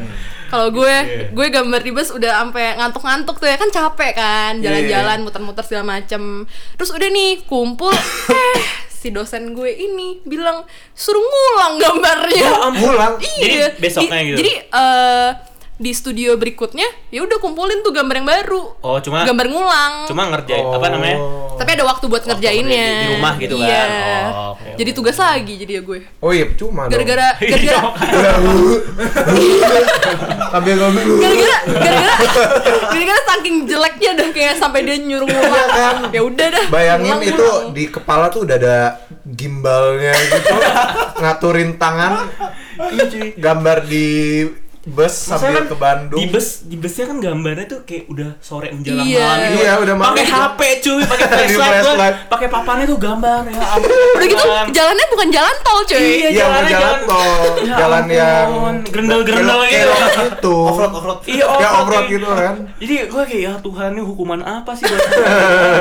[SPEAKER 3] Kalau gue,
[SPEAKER 4] Iya,
[SPEAKER 3] gue gambar di bus udah sampai ngantuk-ngantuk tuh ya kan capek kan,
[SPEAKER 4] Iya,
[SPEAKER 3] jalan-jalan muter-muter segala macem. Terus udah nih kumpul,
[SPEAKER 4] [laughs]
[SPEAKER 3] eh si dosen gue ini bilang suruh ngulang gambarnya.
[SPEAKER 2] Pulang.
[SPEAKER 3] Iya.
[SPEAKER 4] Ya Jadi besoknya
[SPEAKER 3] Di-
[SPEAKER 4] gitu.
[SPEAKER 3] Jadi eh, di studio berikutnya ya udah kumpulin tuh gambar yang baru
[SPEAKER 4] Oh, cuma
[SPEAKER 3] gambar ngulang
[SPEAKER 4] cuma ngerjain apa namanya?
[SPEAKER 2] Oh.
[SPEAKER 3] tapi ada waktu buat ngerjainnya
[SPEAKER 4] di- di rumah gitu kan?
[SPEAKER 3] Iya.
[SPEAKER 4] Oh, oke,
[SPEAKER 3] jadi tugas lagi jadi ya gue
[SPEAKER 2] Oh iya, cuma
[SPEAKER 4] [laughs]
[SPEAKER 3] gara-gara gara-gara
[SPEAKER 2] Sambil ngomong
[SPEAKER 3] gara-gara
[SPEAKER 2] Iya.
[SPEAKER 3] gara-gara gara-gara saking jeleknya dah kayak sampai dia nyuruh ngulang
[SPEAKER 2] kan?
[SPEAKER 3] ya udah dah
[SPEAKER 2] Bayangin
[SPEAKER 3] ngulang,
[SPEAKER 2] itu
[SPEAKER 3] ngulang.
[SPEAKER 2] di kepala tuh udah ada gimbalnya gitu Ngaturin tangan
[SPEAKER 4] Iya, cuy.
[SPEAKER 2] Gambar di bus
[SPEAKER 4] Maksudnya
[SPEAKER 2] sambil
[SPEAKER 4] kan
[SPEAKER 2] ke Bandung
[SPEAKER 4] Di bus, di busnya kan gambarnya tuh kayak udah sore menjelang
[SPEAKER 3] Iya.
[SPEAKER 4] malam gitu.
[SPEAKER 2] Iya, udah
[SPEAKER 4] Pakai
[SPEAKER 2] malam.
[SPEAKER 4] HP cuy, pakai
[SPEAKER 2] [laughs] Di
[SPEAKER 4] flashlight, gua.
[SPEAKER 2] flashlight.
[SPEAKER 4] pakai papannya tuh gambar ya. ampun.
[SPEAKER 3] udah gitu jalannya bukan jalan tol cuy
[SPEAKER 4] Iya,
[SPEAKER 2] Iya, mau
[SPEAKER 4] jalannya
[SPEAKER 2] jalan
[SPEAKER 4] jalan-
[SPEAKER 2] tol
[SPEAKER 4] Ya
[SPEAKER 2] Jalan
[SPEAKER 4] ampun,
[SPEAKER 2] yang
[SPEAKER 4] gerendel-gerendel gitu.
[SPEAKER 2] belok-belok gitu
[SPEAKER 5] offroad offroad
[SPEAKER 4] Iya,
[SPEAKER 2] Ya, offroad
[SPEAKER 4] iya.
[SPEAKER 2] gitu kan.
[SPEAKER 4] Jadi gue kayak ya Tuhan ini hukuman apa
[SPEAKER 2] [laughs]
[SPEAKER 4] sih buat gue?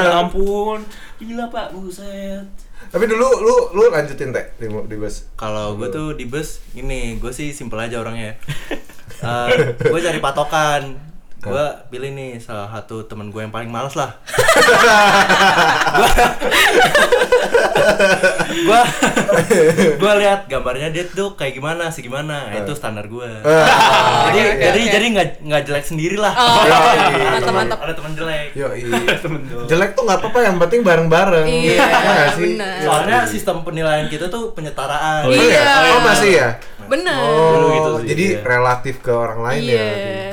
[SPEAKER 4] ya ampun. Gila Pak, buset.
[SPEAKER 2] Tapi dulu lu lu lanjutin teh di, di bus
[SPEAKER 5] kalau
[SPEAKER 2] Iya.
[SPEAKER 5] gue tuh di bus ini gue sih simpel aja
[SPEAKER 2] [laughs]
[SPEAKER 5] orangnya gue cari patokan gue pilih nih salah satu temen gue yang paling males lah gue
[SPEAKER 2] [laughs]
[SPEAKER 5] gue lihat gambarnya dia tuh kayak gimana sih gimana Nah,
[SPEAKER 2] Eh.
[SPEAKER 5] itu standar gue jadi
[SPEAKER 3] oke,
[SPEAKER 5] jadi
[SPEAKER 3] oke.
[SPEAKER 5] jadi nggak nggak jelek sendiri lah
[SPEAKER 3] Oh,
[SPEAKER 2] Iya,
[SPEAKER 3] mantap mantap
[SPEAKER 5] ada temen jelek
[SPEAKER 2] Yo, iya. Jelek tuh nggak apa-apa, yang penting bareng-bareng.
[SPEAKER 3] Iya,
[SPEAKER 2] Ya nggak sih?
[SPEAKER 3] benar.
[SPEAKER 2] Iya.
[SPEAKER 5] soalnya sistem penilaian kita tuh penyetaraan
[SPEAKER 2] Oh, iya.
[SPEAKER 3] Iya.
[SPEAKER 2] Oh, masih ya?
[SPEAKER 3] bener
[SPEAKER 2] Oh,
[SPEAKER 4] gitu sih,
[SPEAKER 2] jadi
[SPEAKER 4] iya.
[SPEAKER 2] relatif ke orang lain
[SPEAKER 3] iya
[SPEAKER 2] ya.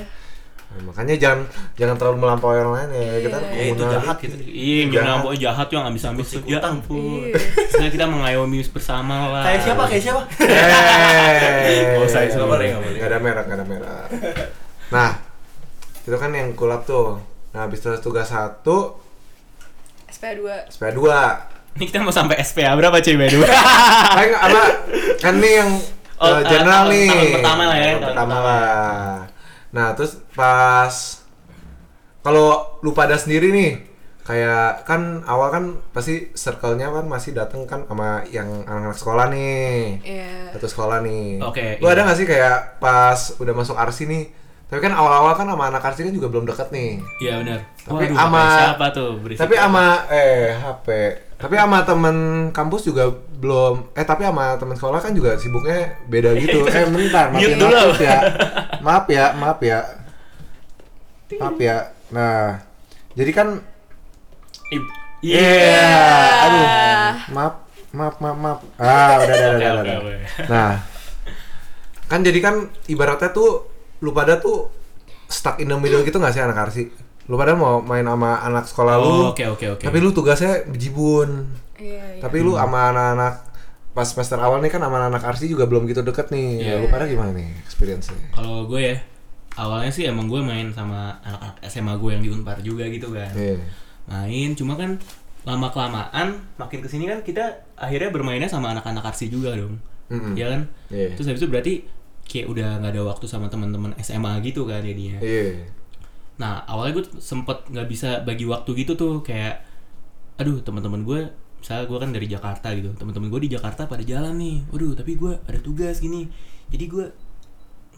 [SPEAKER 2] Nah, makanya jangan jangan terlalu melampaui orang lain ya. Kita
[SPEAKER 5] ya itu
[SPEAKER 2] komunal
[SPEAKER 5] jahat
[SPEAKER 2] dikit.
[SPEAKER 5] gitu
[SPEAKER 4] Iya,
[SPEAKER 2] Jahat.
[SPEAKER 4] jangan boy jahat yang habis-habis tuh. Ya
[SPEAKER 5] Ikut-ikutan.
[SPEAKER 3] Iya.
[SPEAKER 4] ampun. Setelah kita mengayomi bersama lah.
[SPEAKER 5] kayak siapa kayak siapa
[SPEAKER 2] Eh, Hey.
[SPEAKER 5] Nggak usah, nggak boleh, nggak boleh.
[SPEAKER 2] Nggak ada merek, nggak ada merek. Nah, itu kan yang kulap tuh. Nah, habis itu tugas satu,
[SPEAKER 3] SPA 2
[SPEAKER 2] sepeda dua.
[SPEAKER 4] Ini kita mau sampai SPA berapa cuy by the [laughs] way?
[SPEAKER 2] Kan apa? Kan nih yang
[SPEAKER 4] Oh,
[SPEAKER 2] eh, general
[SPEAKER 4] tahun-
[SPEAKER 2] nih.
[SPEAKER 4] tahun pertama lah ya,
[SPEAKER 2] Tahun
[SPEAKER 4] tahun
[SPEAKER 2] pertama
[SPEAKER 4] pertama.
[SPEAKER 2] lah. Nah, terus pas kalau lu pada sendiri nih kayak kan awal kan pasti circle-nya kan masih dateng kan sama yang anak-anak sekolah nih.
[SPEAKER 3] Iya.
[SPEAKER 2] Satu sekolah nih.
[SPEAKER 4] Oke,
[SPEAKER 2] Lu
[SPEAKER 4] iya.
[SPEAKER 2] ada gak sih kayak pas udah masuk arsi nih? Tapi kan awal-awal kan sama anak arsi kan juga belum deket nih.
[SPEAKER 4] Iya benar.
[SPEAKER 2] Tapi
[SPEAKER 4] Waduh,
[SPEAKER 2] ama-
[SPEAKER 4] siapa tuh berisik?
[SPEAKER 2] Tapi sama eh HP. Tapi sama temen kampus juga belum eh tapi sama temen sekolah kan juga sibuknya beda
[SPEAKER 4] [laughs]
[SPEAKER 2] gitu. eh bentar, matiin
[SPEAKER 4] Mute dulu.
[SPEAKER 2] laptop ya.
[SPEAKER 4] [laughs]
[SPEAKER 2] Maaf ya, maaf ya. Maaf ya. Nah, jadi kan
[SPEAKER 4] Ib-
[SPEAKER 2] iya.
[SPEAKER 4] Iya.
[SPEAKER 2] Aduh. Maaf, maaf, maaf, maaf. Ah, udah, udah,
[SPEAKER 4] [laughs] Oke,
[SPEAKER 2] udah, udah,
[SPEAKER 4] oke,
[SPEAKER 2] udah.
[SPEAKER 4] oke.
[SPEAKER 2] Nah, kan jadi kan ibaratnya tuh lu pada tuh stuck in the middle gitu gak sih anak arsi? Lu pada mau main sama anak sekolah lu,
[SPEAKER 4] Oh, Oke, oke, oke.
[SPEAKER 2] tapi lu tugasnya bejibun.
[SPEAKER 3] Iya, iya.
[SPEAKER 2] Tapi lu sama anak-anak pas semester awal nih kan sama anak arsi juga belum gitu deket nih.
[SPEAKER 4] Iya.
[SPEAKER 2] Lu pada gimana nih experience-nya?
[SPEAKER 4] Kalau gue ya, awalnya sih emang gue main sama anak-anak SMA gue yang di Unpar juga gitu kan.
[SPEAKER 2] Iya.
[SPEAKER 4] Main, cuma kan lama kelamaan makin kesini kan kita akhirnya bermainnya sama anak-anak arsi juga dong,
[SPEAKER 2] Mm-mm.
[SPEAKER 4] Iya kan?
[SPEAKER 2] Iya.
[SPEAKER 4] Terus habis itu berarti kayak udah nggak ada waktu sama teman-teman SMA gitu kan jadinya.
[SPEAKER 2] Iya.
[SPEAKER 4] Nah awalnya gue sempet nggak bisa bagi waktu gitu tuh kayak, aduh teman-teman gue, misalnya gue kan dari Jakarta gitu, teman-teman gue di Jakarta pada jalan nih, waduh tapi gue ada tugas gini, jadi gue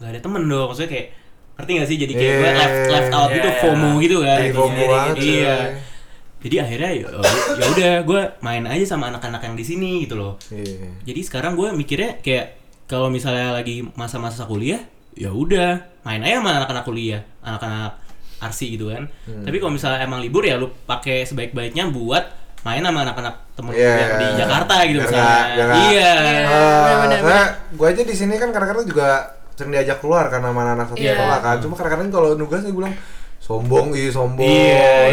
[SPEAKER 4] nggak ada temen dong, maksudnya kayak ngerti gak sih jadi kayak gue
[SPEAKER 2] Yeah.
[SPEAKER 4] left left out gitu
[SPEAKER 5] Yeah.
[SPEAKER 4] FOMO gitu kan,
[SPEAKER 2] Jadi
[SPEAKER 4] jadinya.
[SPEAKER 2] FOMO banget,
[SPEAKER 4] iya.
[SPEAKER 2] coy.
[SPEAKER 4] Jadi akhirnya ya ya udah gue main aja sama anak-anak yang di sini gitu loh
[SPEAKER 2] Iya.
[SPEAKER 4] jadi sekarang gue mikirnya kayak kalau misalnya lagi masa-masa kuliah ya udah main aja sama anak-anak kuliah anak-anak arsi gitu kan
[SPEAKER 2] Hmm.
[SPEAKER 4] tapi kalau misalnya emang libur ya lu pakai sebaik-baiknya buat main sama anak-anak temen lu
[SPEAKER 2] Iya.
[SPEAKER 4] yang di Jakarta gitu
[SPEAKER 2] Biar
[SPEAKER 4] misalnya
[SPEAKER 2] nggak- biar nggak-
[SPEAKER 4] iya
[SPEAKER 3] Iya.
[SPEAKER 2] Ah,
[SPEAKER 3] benar,
[SPEAKER 2] saya gue aja di sini kan kadang-kadang juga sering diajak keluar karena sama anak satu
[SPEAKER 3] Iya.
[SPEAKER 2] sekolah kan. Cuma kadang-kadang kalau nugas nih bilang sombong, ih sombong.
[SPEAKER 4] Iya,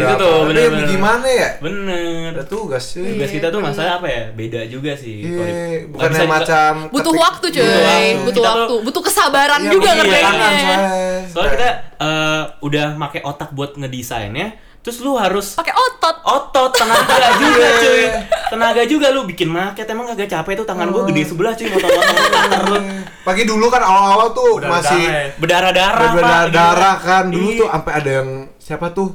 [SPEAKER 2] ada
[SPEAKER 4] itu
[SPEAKER 2] apa.
[SPEAKER 4] tuh, Iya.
[SPEAKER 2] Tapi
[SPEAKER 4] bener-bener.
[SPEAKER 2] gimana ya?
[SPEAKER 4] bener
[SPEAKER 2] Ada tugas sih.
[SPEAKER 4] tugas kita tuh masalah apa ya beda juga sih
[SPEAKER 2] Iya,
[SPEAKER 4] kalau di-
[SPEAKER 2] bukan
[SPEAKER 4] nggak bisa
[SPEAKER 2] yang
[SPEAKER 4] juga-
[SPEAKER 2] macam
[SPEAKER 3] butuh
[SPEAKER 2] ketik-
[SPEAKER 3] waktu cuy
[SPEAKER 4] Butuh
[SPEAKER 3] butuh
[SPEAKER 4] waktu.
[SPEAKER 3] waktu butuh,
[SPEAKER 4] Kita
[SPEAKER 3] kesabaran
[SPEAKER 2] Iya,
[SPEAKER 3] juga
[SPEAKER 2] butuh
[SPEAKER 4] ngerjainnya.
[SPEAKER 2] tangan,
[SPEAKER 3] ngerjainnya
[SPEAKER 2] soalnya. Nah,
[SPEAKER 4] soalnya kita eh, udah pakai otak buat ngedesainnya terus lu harus
[SPEAKER 3] pakai otot
[SPEAKER 4] otot
[SPEAKER 2] [laughs]
[SPEAKER 4] tenaga
[SPEAKER 2] Iya,
[SPEAKER 4] juga cuy tenaga juga lu bikin market emang kagak capek tuh tangan
[SPEAKER 2] Oh.
[SPEAKER 4] gua gede sebelah cuy
[SPEAKER 2] [laughs]
[SPEAKER 4] motong-motong lu
[SPEAKER 2] pagi dulu kan awal-awal tuh
[SPEAKER 5] Udah
[SPEAKER 2] masih
[SPEAKER 5] damai.
[SPEAKER 4] berdarah-darah Pak.
[SPEAKER 2] berdarah darah kan dulu
[SPEAKER 4] Iya.
[SPEAKER 2] tuh sampai ada yang siapa tuh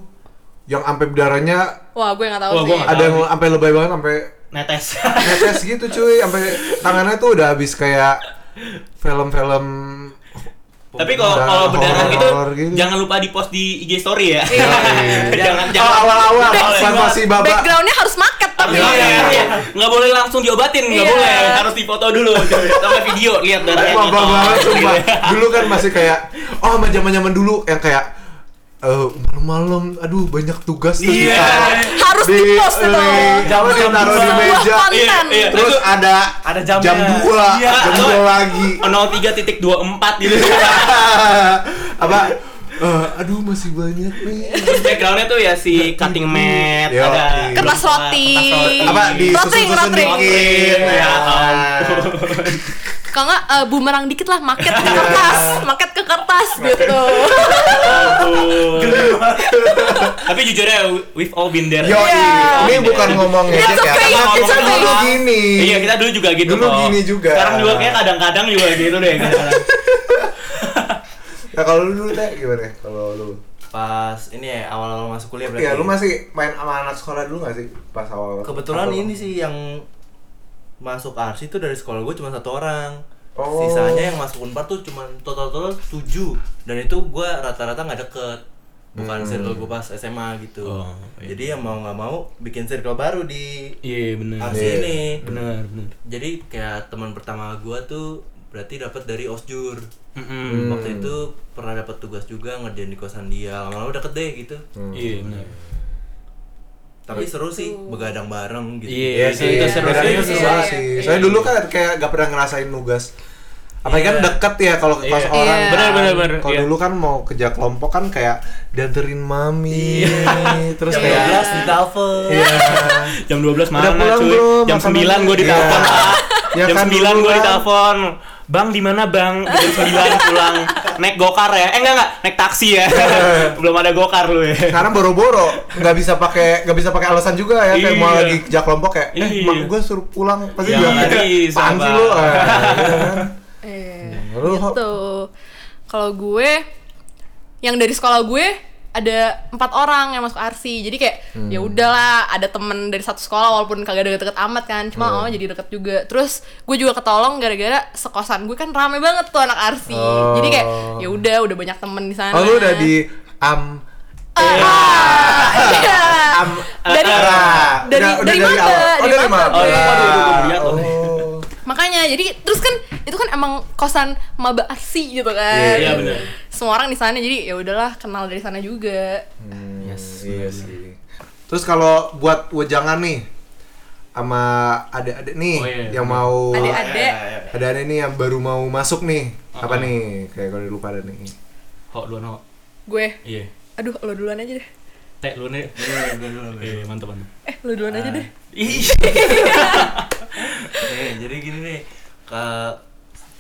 [SPEAKER 2] yang sampai berdarahnya
[SPEAKER 3] wah gue nggak tahu
[SPEAKER 4] Wah,
[SPEAKER 3] sih
[SPEAKER 4] gue nggak
[SPEAKER 2] ada yang sampai lebay banget sampai [laughs]
[SPEAKER 4] netes
[SPEAKER 2] netes gitu cuy sampai tangannya tuh udah habis kayak film-film
[SPEAKER 4] tapi kalau
[SPEAKER 2] Udah
[SPEAKER 4] kalau berdarah gitu,
[SPEAKER 2] horor-horor gitu.
[SPEAKER 4] jangan lupa di post di IG story ya
[SPEAKER 3] Iya.
[SPEAKER 4] [laughs] jangan
[SPEAKER 2] Oh,
[SPEAKER 4] jangan
[SPEAKER 2] awal-awal
[SPEAKER 4] Jangan-
[SPEAKER 2] pas masih babak
[SPEAKER 3] backgroundnya harus maket tapi
[SPEAKER 4] Iya, iya, iya. nggak boleh langsung diobatin nggak
[SPEAKER 3] Iya.
[SPEAKER 4] boleh harus dipoto dulu sampai video lihat darahnya
[SPEAKER 2] babak
[SPEAKER 4] gitu.
[SPEAKER 2] banget sumpah dulu kan masih kayak oh sama zaman zaman dulu yang kayak eh malam-malam aduh banyak tugas terus
[SPEAKER 4] Iya.
[SPEAKER 2] ditaruh
[SPEAKER 3] Harus
[SPEAKER 2] di
[SPEAKER 3] di-post itu.
[SPEAKER 2] eh,
[SPEAKER 5] Jam- jam
[SPEAKER 2] ditaruh di
[SPEAKER 5] dua.
[SPEAKER 2] meja
[SPEAKER 3] Wah, Iya, iya.
[SPEAKER 2] terus ada
[SPEAKER 5] Ada jamnya.
[SPEAKER 2] jam 2
[SPEAKER 4] Iya,
[SPEAKER 2] jam
[SPEAKER 4] atau-
[SPEAKER 2] 2 lagi [laughs]
[SPEAKER 4] 03.24 gitu
[SPEAKER 2] apa eh, aduh masih banyak nih
[SPEAKER 4] Terus backgroundnya tuh ya si cutting mat
[SPEAKER 2] Yo,
[SPEAKER 4] ada
[SPEAKER 2] iya.
[SPEAKER 3] Kertas roti.
[SPEAKER 2] apa di
[SPEAKER 3] Rotring,
[SPEAKER 2] susun-susun
[SPEAKER 3] rotring.
[SPEAKER 2] dikit
[SPEAKER 4] Ya
[SPEAKER 2] ya
[SPEAKER 3] Kalau nggak eh, bumerang dikit lah, maket
[SPEAKER 2] Iya.
[SPEAKER 3] ke kertas, maket ke kertas gitu.
[SPEAKER 2] [laughs]
[SPEAKER 4] ampun. tapi jujur ya we've all been there
[SPEAKER 2] Yo,
[SPEAKER 3] Iya.
[SPEAKER 2] ini bukan ngomong
[SPEAKER 3] It's
[SPEAKER 2] ngejek ya,
[SPEAKER 3] okay,
[SPEAKER 2] karena
[SPEAKER 3] it's
[SPEAKER 2] kita
[SPEAKER 3] okay.
[SPEAKER 2] dulu gini.
[SPEAKER 4] Iya kita dulu juga gitu
[SPEAKER 2] Dulu
[SPEAKER 4] kok.
[SPEAKER 2] gini juga.
[SPEAKER 4] Sekarang juga kayak kadang-kadang juga gitu deh.
[SPEAKER 2] [laughs]
[SPEAKER 4] kadang-kadang.
[SPEAKER 2] Nah, kalau lu dulu deh gimana? ya? Kalau lu?
[SPEAKER 5] Pas ini ya awal-awal masuk kuliah berarti.
[SPEAKER 2] Iya, lu masih main sama anak sekolah dulu gak sih pas awal?
[SPEAKER 5] Kebetulan
[SPEAKER 2] awal-
[SPEAKER 5] ini sih yang masuk arsi tuh dari sekolah gue cuma satu orang.
[SPEAKER 2] Oh.
[SPEAKER 5] Sisanya yang masuk Unpar tuh cuma total-total 7 dan itu gue rata-rata nggak deket bukan
[SPEAKER 2] Hmm.
[SPEAKER 5] circle gue pas SMA gitu.
[SPEAKER 4] Oh, iya.
[SPEAKER 5] Jadi ya mau nggak mau bikin circle baru di
[SPEAKER 4] Iya benar.
[SPEAKER 5] arsi
[SPEAKER 2] Iya.
[SPEAKER 5] ini.
[SPEAKER 4] Benar benar.
[SPEAKER 5] Jadi kayak teman pertama gue tuh berarti dapat dari osjur.
[SPEAKER 4] Mm-mm.
[SPEAKER 5] Waktu itu pernah dapat tugas juga ngerjain di kosan dia. Lama-lama deket deh gitu.
[SPEAKER 4] Iya benar.
[SPEAKER 5] Tapi seru sih begadang bareng gitu.
[SPEAKER 4] Iya.
[SPEAKER 2] Iya
[SPEAKER 4] Itu-
[SPEAKER 2] sih,
[SPEAKER 4] itu seru
[SPEAKER 2] bedanya
[SPEAKER 4] sih.
[SPEAKER 2] seru
[SPEAKER 4] Iya.
[SPEAKER 2] sih. Soalnya dulu kan kayak gak pernah ngerasain nugas. Apalagi kan
[SPEAKER 5] Iya.
[SPEAKER 2] deket ya kalau ke kos
[SPEAKER 4] Iya.
[SPEAKER 2] orang.
[SPEAKER 3] Iya.
[SPEAKER 2] kan.
[SPEAKER 4] Benar, benar, benar.
[SPEAKER 2] Kalau
[SPEAKER 4] Iya.
[SPEAKER 2] dulu kan mau kerja kelompok kan kayak dianterin mami,
[SPEAKER 4] Iya.
[SPEAKER 2] [laughs] terus
[SPEAKER 5] Jam
[SPEAKER 2] kayak
[SPEAKER 5] 12 di telepon.
[SPEAKER 2] Iya.
[SPEAKER 4] Jam 12
[SPEAKER 2] Udah
[SPEAKER 4] mana
[SPEAKER 2] pulang,
[SPEAKER 4] cuy?
[SPEAKER 2] Bro,
[SPEAKER 4] Jam
[SPEAKER 2] makan
[SPEAKER 4] 9
[SPEAKER 2] dulu.
[SPEAKER 4] gue ditelepon.
[SPEAKER 2] Iya.
[SPEAKER 4] Pak.
[SPEAKER 2] [laughs] Ya kan,
[SPEAKER 4] jam 9 gue
[SPEAKER 2] duluan.
[SPEAKER 4] ditelepon. Bang di mana Bang? Jam 9 pulang. Naik gokar ya? Eh enggak enggak, naik taksi
[SPEAKER 2] [laughs]
[SPEAKER 4] ya. Belum ada gokar lu ya.
[SPEAKER 2] sekarang boro-boro nggak bisa pakai nggak bisa pakai alasan juga ya kayak mau
[SPEAKER 4] Iya.
[SPEAKER 2] lagi kerja kelompok kayak eh
[SPEAKER 4] Iya.
[SPEAKER 2] mak gue suruh pulang pasti
[SPEAKER 4] Iya,
[SPEAKER 2] bilang
[SPEAKER 4] nggak
[SPEAKER 2] kayak,
[SPEAKER 4] bisa,
[SPEAKER 2] "Apaan sih
[SPEAKER 4] Bang."
[SPEAKER 2] lu Eh, iya kan?
[SPEAKER 3] Eh,
[SPEAKER 2] Lu-
[SPEAKER 3] gitu. Kalau gue yang dari sekolah gue ada empat orang yang masuk arsi jadi kayak
[SPEAKER 2] Hmm.
[SPEAKER 3] ya udahlah ada temen dari satu sekolah walaupun kagak deket-deket amat kan cuma
[SPEAKER 2] Hmm.
[SPEAKER 3] awalnya jadi deket juga terus gue juga ketolong gara-gara sekosan gue kan rame banget tuh anak arsi
[SPEAKER 2] Oh.
[SPEAKER 3] jadi kayak ya udah udah banyak temen di sana
[SPEAKER 2] oh lu udah di um, am
[SPEAKER 3] Ah, [laughs] iya.
[SPEAKER 2] am
[SPEAKER 3] dari
[SPEAKER 2] era.
[SPEAKER 3] dari-
[SPEAKER 2] Udah- udah
[SPEAKER 3] dari maba,
[SPEAKER 2] awal. oh
[SPEAKER 3] dari
[SPEAKER 2] dari
[SPEAKER 3] maba
[SPEAKER 2] maba
[SPEAKER 4] gue. Oh, iya, waduh, waduh,
[SPEAKER 2] Oh.
[SPEAKER 3] makanya jadi terus kan itu kan emang kosan maba arsi gitu kan
[SPEAKER 4] Iya, bener.
[SPEAKER 3] semua orang di sana jadi ya udahlah kenal dari sana juga
[SPEAKER 2] Hmm,
[SPEAKER 4] Yes,
[SPEAKER 2] iya
[SPEAKER 4] benar-benar.
[SPEAKER 2] sih terus kalau buat wejangan nih sama adik-adik nih
[SPEAKER 4] Oh, iya.
[SPEAKER 2] yang mau
[SPEAKER 3] Adik-adik. Adek.
[SPEAKER 2] adik-adik nih yang baru mau masuk nih apa nih kayak kalau lupa ada nih
[SPEAKER 4] Kok duluan kok.
[SPEAKER 3] gue
[SPEAKER 4] Iya.
[SPEAKER 3] aduh lo duluan aja deh
[SPEAKER 4] Teh lu nih. Iya, mantap mantap.
[SPEAKER 3] eh lo duluan aja deh
[SPEAKER 4] Ih.
[SPEAKER 5] Nih, Iya, jadi gini nih ke